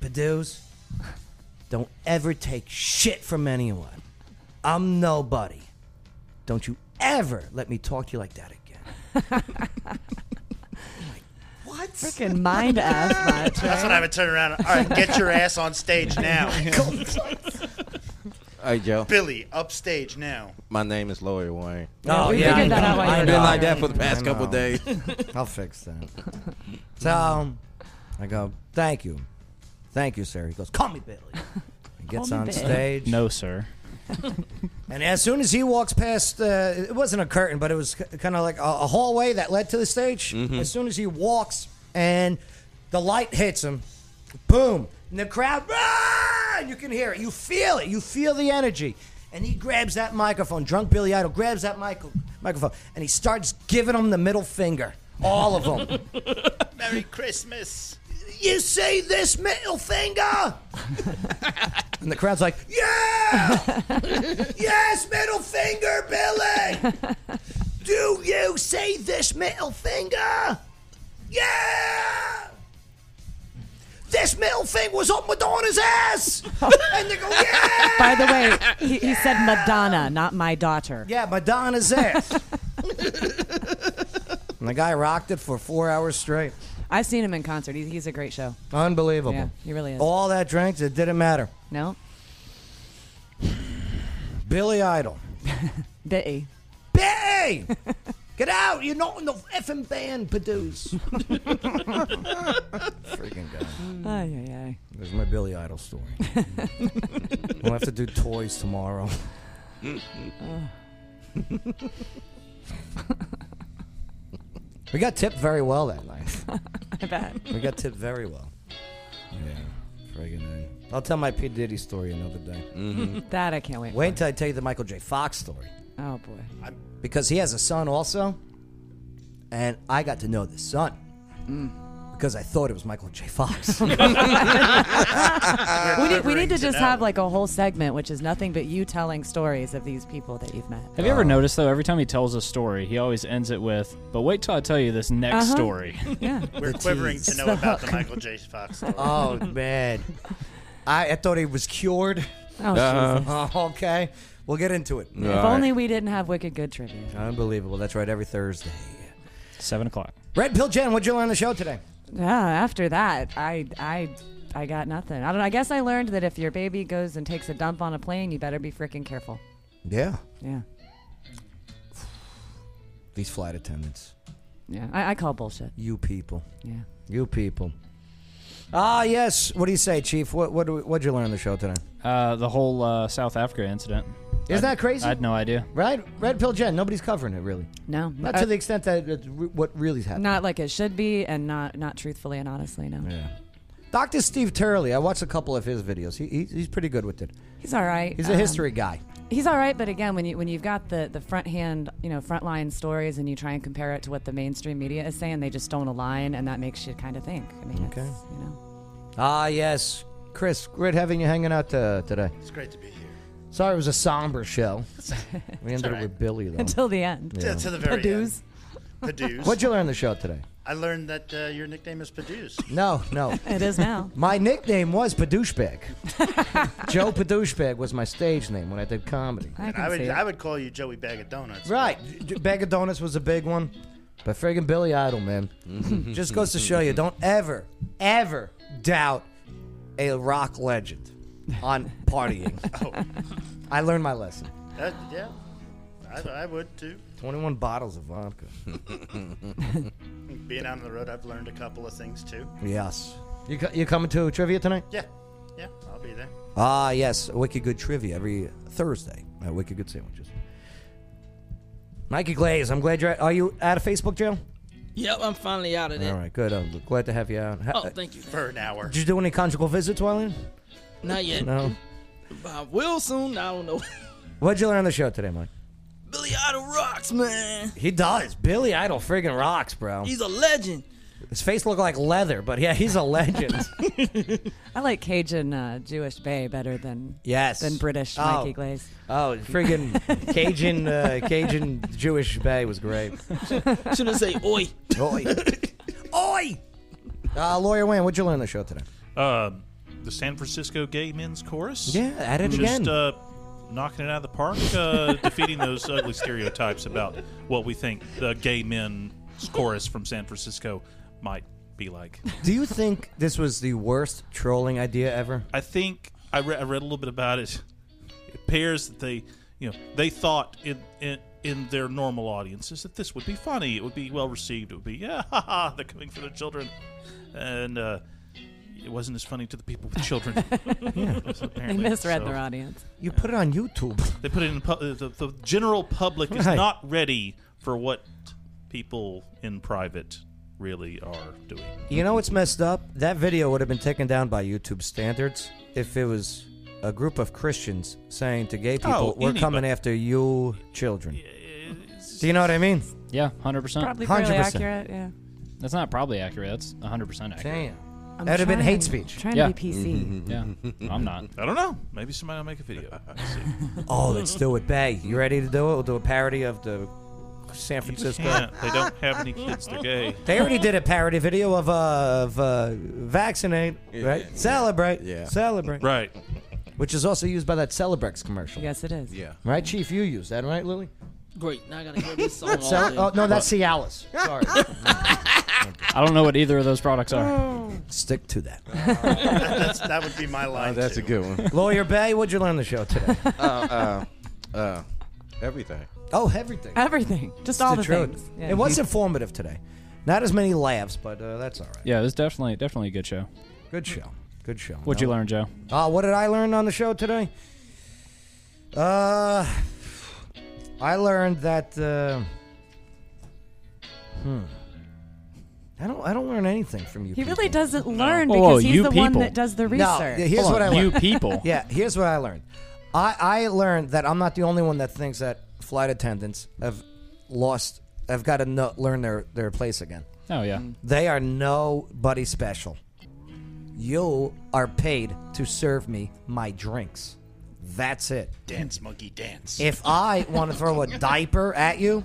Speaker 1: Padues, don't ever take shit from anyone. I'm nobody. Don't you ever let me talk to you like that again. What? (laughs)
Speaker 4: Freaking mind ass much.
Speaker 3: That's when I would turn around. All right, get your ass
Speaker 1: (laughs)
Speaker 3: on stage
Speaker 4: (laughs)
Speaker 3: now.
Speaker 7: Hey, Joe.
Speaker 3: Billy, upstage now.
Speaker 7: My name is Lawyer Wayne.
Speaker 1: Yeah, Oh, we yeah, figured I that know. out while you
Speaker 7: I've
Speaker 1: were
Speaker 7: been
Speaker 1: down
Speaker 7: like
Speaker 1: there.
Speaker 7: that for the
Speaker 1: I
Speaker 7: past couple
Speaker 1: know. (laughs)
Speaker 7: days.
Speaker 1: I'll fix
Speaker 7: (laughs)
Speaker 1: that. So I go, thank you. Thank you, sir. He goes, call me Billy. He gets
Speaker 6: Call me
Speaker 1: on
Speaker 6: Billy.
Speaker 1: stage.
Speaker 6: No, sir.
Speaker 1: (laughs) And as soon as he walks past, uh, it wasn't a curtain, but it was kind of like a, a hallway that led to the stage.
Speaker 7: Mhm.
Speaker 1: As soon as he walks and the light hits him, boom, and the crowd, "Ah!" you can hear it. You feel it. You feel the energy. And he grabs that microphone. Drunk Billy Idol grabs that mic- microphone and he starts giving them the middle finger. All of
Speaker 4: (laughs)
Speaker 1: them.
Speaker 3: (laughs) Merry Christmas.
Speaker 1: you see this middle
Speaker 4: (laughs)
Speaker 1: finger? and the crowd's like, yeah! (laughs) yes, middle finger,
Speaker 4: (laughs)
Speaker 1: Billy! Do you see this middle finger? Yeah! This middle finger was up Madonna's
Speaker 4: (laughs)
Speaker 1: ass! and they go, yeah!
Speaker 4: By the way, he, he said Madonna, not my daughter.
Speaker 1: Yeah, Madonna's ass. and the guy rocked it for four hours straight.
Speaker 4: I've seen him in concert. He's, he's a great show.
Speaker 1: Unbelievable.
Speaker 4: Yeah, he really is.
Speaker 1: All that drinks, it didn't matter.
Speaker 4: No?
Speaker 1: Billy
Speaker 4: (laughs)
Speaker 1: Idol.
Speaker 4: Bitty.
Speaker 1: Bitty!
Speaker 4: (laughs)
Speaker 1: Get out! You're not in the effing band, Paduce. Freaking guy.
Speaker 4: Ay, ay, ay.
Speaker 1: There's my Billy Idol story. (laughs) we'll have to do toys tomorrow.
Speaker 4: Mm-hmm.
Speaker 1: we got tipped very well that night.
Speaker 4: (laughs) I bet.
Speaker 1: We got tipped very well. Yeah. Friggin' A. I'll tell my P. Diddy story another day.
Speaker 4: (laughs) That I can't wait.
Speaker 1: Wait until I tell you the Michael J. Fox story.
Speaker 4: Oh, (laughs) boy.
Speaker 1: because he has a son also, and I got to know the son
Speaker 4: Mm.
Speaker 1: because I thought it was Michael J.
Speaker 4: (laughs)
Speaker 1: Fox.
Speaker 4: we need, we need to just have like a whole segment, which is nothing but you telling stories of these people that you've met.
Speaker 6: Have you ever noticed though? Every time he tells a story, he always ends it with, "But wait till I tell you this next
Speaker 4: Uh-huh.
Speaker 6: story."
Speaker 4: Yeah.
Speaker 3: (laughs) We're
Speaker 1: The
Speaker 3: quivering
Speaker 1: tease.
Speaker 3: to know about the Michael J. Fox story.
Speaker 1: (laughs) oh man, I, I thought he was cured.
Speaker 4: Oh, Uh-huh.
Speaker 1: Oh, (laughs) okay, we'll get into it.
Speaker 4: if only we didn't have Wicked Good trivia.
Speaker 1: Unbelievable. That's right. Every
Speaker 6: Uh,
Speaker 1: Thursday,
Speaker 6: seven o'clock.
Speaker 1: Red Pill Jen, what'd you learn on the show today?
Speaker 4: Yeah. After that, I I I got nothing. I don't. I guess I learned that if your baby goes and takes a dump on a plane, you better be freaking careful.
Speaker 1: Yeah,
Speaker 4: Yeah.
Speaker 1: (sighs) these flight attendants.
Speaker 4: Yeah. I, I call bullshit.
Speaker 1: You people.
Speaker 4: Yeah.
Speaker 1: You people. Ah, yes. What do you say, Chief? What what do we- what'd you learn on the show today?
Speaker 6: Uh, the whole uh, South Africa incident.
Speaker 1: Isn't that crazy?
Speaker 6: I had no idea.
Speaker 1: Right, Red Pill Jen. Nobody's covering it really.
Speaker 4: No. Uh,
Speaker 1: Not to the extent that it's re- what really's happening.
Speaker 4: Not like it should be, and not not truthfully and honestly. No.
Speaker 1: Yeah. Dr. Steve Turley, I watched a couple of his videos. He, he, he's pretty good with it.
Speaker 4: He's all right.
Speaker 1: He's a
Speaker 4: Um,
Speaker 1: history guy.
Speaker 4: He's all right, but again, when you when you've got the the front hand, you know, front line stories, and you try and compare it to what the mainstream media is saying, they just don't align, and that makes you kind of think. I mean, okay. it's, you know,
Speaker 1: Ah, yes. Chris, great having you hanging out uh, today.
Speaker 3: It's great to be here.
Speaker 1: Sorry, it was a somber
Speaker 4: (laughs)
Speaker 1: show. We ended
Speaker 3: all
Speaker 1: up
Speaker 3: right.
Speaker 1: with Billy, though.
Speaker 4: Until the end.
Speaker 1: Yeah.
Speaker 3: To, to the very
Speaker 4: Padoos.
Speaker 3: end. Padoos.
Speaker 1: What'd you learn on the show today?
Speaker 3: I learned that uh, your nickname is Padoos.
Speaker 1: No, no.
Speaker 4: (laughs) It is now.
Speaker 1: My nickname was
Speaker 4: (laughs)
Speaker 1: Padouchebag. Joe Padouchebag was my stage name when I did comedy.
Speaker 3: And I, would I would call you Joey Bag of Donuts.
Speaker 1: Right. J- Bag of Donuts was a big one. But friggin' Billy Idol, man. Just goes to show you don't ever, ever doubt a rock (laughs) Oh. legend on partying. I learned my lesson.
Speaker 3: That, yeah. I, I would too.
Speaker 1: 21 bottles of (laughs) vodka.
Speaker 3: Being out on the road, I've learned a couple of things too.
Speaker 1: yes. You, co- you coming to trivia tonight?
Speaker 3: Yeah, yeah, I'll be there.
Speaker 1: Ah, yes. Wicked Good Trivia every Thursday at Wicked Good Sandwiches. Mikey Glaze, I'm glad you're at. Are you out of Facebook jail?
Speaker 10: Yep, I'm finally out of
Speaker 1: All
Speaker 10: there.
Speaker 1: right, good. I'm glad to have you out. Ha- uh,
Speaker 10: Oh, thank you. For an hour.
Speaker 1: Did you do any conjugal visits while in?
Speaker 10: Not yet.
Speaker 1: No.
Speaker 10: But I will soon. I don't know. (laughs)
Speaker 1: What'd you learn on the show today, Mike?
Speaker 10: Billy Idol rocks, man.
Speaker 1: He does. Billy Idol friggin' rocks, bro.
Speaker 10: He's a legend.
Speaker 1: His face looked like leather, but yeah, he's a legend.
Speaker 4: I like Cajun uh, Jewish Bay better than
Speaker 1: (laughs) Yes.
Speaker 4: than British
Speaker 1: Oh.
Speaker 4: Mikey Glaze.
Speaker 1: Oh, friggin'
Speaker 4: (laughs)
Speaker 1: Cajun, uh, Cajun Jewish Bay was great.
Speaker 10: Should have say oi.
Speaker 1: Oi. (laughs) Oi! Uh, Lawyer Wayne, what'd you learn on the show today?
Speaker 5: Um, the San Francisco Gay Men's Chorus.
Speaker 1: Yeah, at it
Speaker 5: Just,
Speaker 1: again.
Speaker 5: Uh, knocking it out of the park,
Speaker 1: (laughs)
Speaker 5: uh, defeating those ugly stereotypes about what we think the gay men's chorus from San Francisco might be like.
Speaker 1: Do you think this was the worst trolling idea ever?
Speaker 5: I think I, re- I read a little bit about it. It appears that they, you know, they thought in, in in their normal audiences that this would be funny. It would be well received. It would be yeah, (laughs) ha, ha, they're coming for their children, and uh, it wasn't as funny to the people
Speaker 1: (laughs)
Speaker 5: with children.
Speaker 4: (laughs) They
Speaker 5: Apparently, (laughs)
Speaker 4: misread
Speaker 5: so-
Speaker 4: their audience.
Speaker 1: You put it on YouTube.
Speaker 5: They put it in pu- the, the general public is
Speaker 1: Right.
Speaker 5: not ready for what people in private really are doing.
Speaker 1: You
Speaker 5: (laughs)
Speaker 1: know what's messed up? That video would have been taken down by YouTube standards if it was a group of Christians saying to gay people,
Speaker 6: Oh,
Speaker 1: "We're coming
Speaker 6: anybody.
Speaker 1: after you, children." Do you know what I mean?
Speaker 6: Yeah, hundred percent.
Speaker 1: Probably fairly 100%. accurate,
Speaker 4: Yeah.
Speaker 6: That's not probably accurate. That's hundred percent accurate.
Speaker 1: Damn. That'd have been hate speech.
Speaker 6: yeah.
Speaker 5: yeah,
Speaker 6: (laughs) Yeah, I'm not.
Speaker 5: I don't know. Maybe somebody will make a
Speaker 1: (laughs)
Speaker 5: video.
Speaker 1: Oh, let's do it, Bay. You ready to do it? We'll do a parody of the San Francisco.
Speaker 5: can't. They don't have any kids. They're gay.
Speaker 1: (laughs) They already did a parody video of uh, of uh, vaccinate, right? Celebrate,
Speaker 5: Yeah.
Speaker 1: celebrate,
Speaker 5: right?
Speaker 1: Which is also used by that Celebrex commercial.
Speaker 4: Yes, it is.
Speaker 1: Yeah. Right, Chief, you use that, right, Lily?
Speaker 10: Great. Now I gotta hear this song. all
Speaker 1: Cele-
Speaker 10: day.
Speaker 1: oh no, that's Cialis. (laughs)
Speaker 10: (laughs)
Speaker 1: Sorry.
Speaker 6: I don't know what either of those products are.
Speaker 1: Stick to that.
Speaker 3: That's, that would be my line.
Speaker 8: that's a good one.
Speaker 1: (laughs) Lawyer Bay, what'd you learn on the show
Speaker 4: (laughs)
Speaker 1: today?
Speaker 8: uh, uh, uh, everything.
Speaker 1: Oh, everything.
Speaker 4: Everything. Just all the
Speaker 1: truth.
Speaker 4: things. Yeah.
Speaker 1: It was informative today. Not as many laughs, but uh, that's all right.
Speaker 6: Yeah, this is definitely definitely a good show.
Speaker 1: Good show. Good show.
Speaker 6: What'd you
Speaker 1: No.
Speaker 6: learn, Joe?
Speaker 1: Uh, what did I learn on the show today? Uh, I learned that. Uh, hmm. I don't. I don't learn anything from you.
Speaker 4: He
Speaker 1: people.
Speaker 4: really doesn't learn
Speaker 1: Whoa,
Speaker 4: because
Speaker 1: whoa,
Speaker 4: he's
Speaker 1: you
Speaker 4: the one
Speaker 1: people.
Speaker 4: that does
Speaker 1: No,
Speaker 4: the research.
Speaker 1: here's what I learned.
Speaker 6: people.
Speaker 1: (laughs) yeah, here's what I learned. I, I learned that I'm not the only one that thinks that flight attendants have lost, have got to know, learn their, their place again.
Speaker 6: Oh yeah.
Speaker 1: They are nobody special. You are paid to serve me my drinks. That's it.
Speaker 3: Dance, monkey, dance.
Speaker 1: If I want to throw a
Speaker 5: (laughs)
Speaker 1: diaper at you,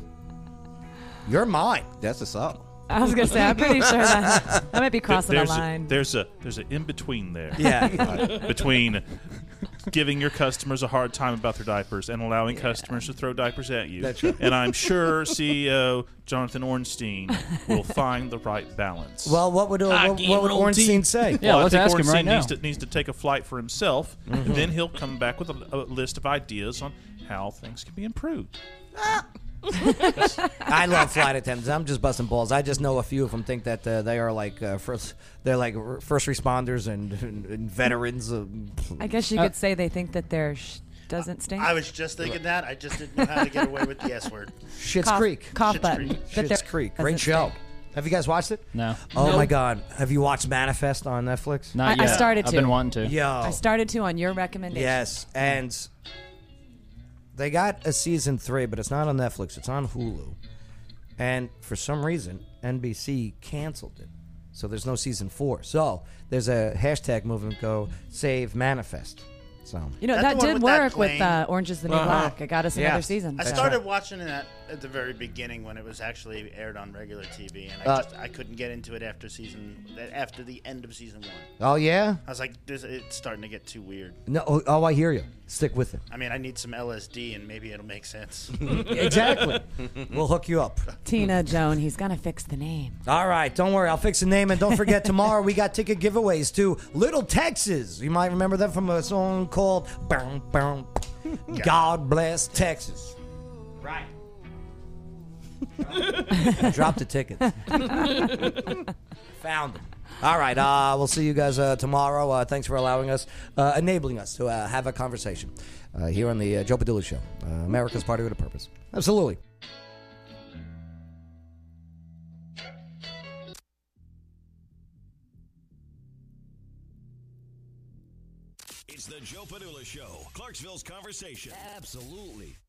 Speaker 1: you're mine.
Speaker 8: That's assault.
Speaker 4: I was gonna say, I'm pretty sure that that might be crossing the
Speaker 5: there's A,
Speaker 4: line.
Speaker 5: there's a there's an in between there.
Speaker 1: Yeah.
Speaker 5: Uh, (laughs) between giving your customers a hard time about their diapers and allowing customers to throw diapers at you.
Speaker 1: That's right.
Speaker 5: And I'm sure CEO Jonathan Ornstein
Speaker 1: (laughs)
Speaker 5: will find the right balance.
Speaker 1: Well, what would,
Speaker 5: I
Speaker 1: what,
Speaker 5: give
Speaker 1: what would
Speaker 5: it Ah, on
Speaker 1: Ornstein
Speaker 5: teeth.
Speaker 1: say?
Speaker 5: Well, I think Ornstein needs To, needs to take a flight for himself,
Speaker 1: Mm-hmm.
Speaker 5: and then he'll come back with a, a list of ideas on how things can be improved.
Speaker 1: I love flight attendants. I'm just busting balls. I just know a few of them think that uh, they are like uh, first, they're like r- first responders and, (laughs) and, and veterans. uh,
Speaker 4: I guess you
Speaker 1: Uh,
Speaker 4: could say they think that their sh- doesn't stink.
Speaker 3: I was just thinking that. I just didn't know how to get away with the S
Speaker 4: (laughs)
Speaker 3: word.
Speaker 1: Shit's
Speaker 4: Cough-
Speaker 1: Creek.
Speaker 4: cough Schitt's button. Creek. That
Speaker 1: Shit's
Speaker 4: they're-
Speaker 1: Creek.
Speaker 4: that's
Speaker 1: Great
Speaker 4: a
Speaker 1: show. Have you guys watched it?
Speaker 6: No.
Speaker 1: Oh
Speaker 4: No.
Speaker 1: my God. Have you watched Manifest on Netflix?
Speaker 4: I, I started to.
Speaker 1: Yo.
Speaker 4: I started to on your recommendation.
Speaker 1: Yes, and they got a season three, but it's not on Netflix. It's on Hulu, and for some reason NBC canceled it, so there's no season four. So there's a hashtag movement go save manifest. So
Speaker 4: You know,
Speaker 3: That
Speaker 4: that,
Speaker 3: the one
Speaker 4: did
Speaker 3: with that
Speaker 4: work with
Speaker 3: plane?
Speaker 4: uh, Orange is the New
Speaker 1: Uh-huh.
Speaker 4: Black. It got us
Speaker 1: Yeah.
Speaker 4: another season.
Speaker 3: I
Speaker 4: so-
Speaker 3: started watching that at the very beginning when it was actually aired on regular TV, and I
Speaker 1: Uh,
Speaker 3: just I couldn't get into it after season after the end of season one.
Speaker 1: Oh, yeah?
Speaker 3: I was like, this, it's starting to get too weird.
Speaker 1: no, oh, oh, I hear you. Stick
Speaker 4: (laughs)
Speaker 1: with it.
Speaker 3: I mean, I need some LSD, and maybe it'll make sense.
Speaker 1: (laughs) exactly. We'll hook you
Speaker 3: (laughs)
Speaker 1: up.
Speaker 4: Tina Joan, he's gonna fix the name.
Speaker 1: All right, don't worry. I'll fix the name. And don't forget, tomorrow we got ticket giveaways to Little Texas. You might remember them from a song called Bow, Bow, God Bless Texas. (laughs)
Speaker 10: (laughs)
Speaker 9: Right.
Speaker 1: Drop the tickets. Found them. All right. Uh, we'll see you guys uh, tomorrow. Uh, thanks for allowing us, uh, enabling us to uh, have a conversation uh, here on the uh, Joe Padula Show. Uh, America's Party with a Purpose. Absolutely.
Speaker 15: It's the Joe Padula Show, Clarksville's conversation. Absolutely.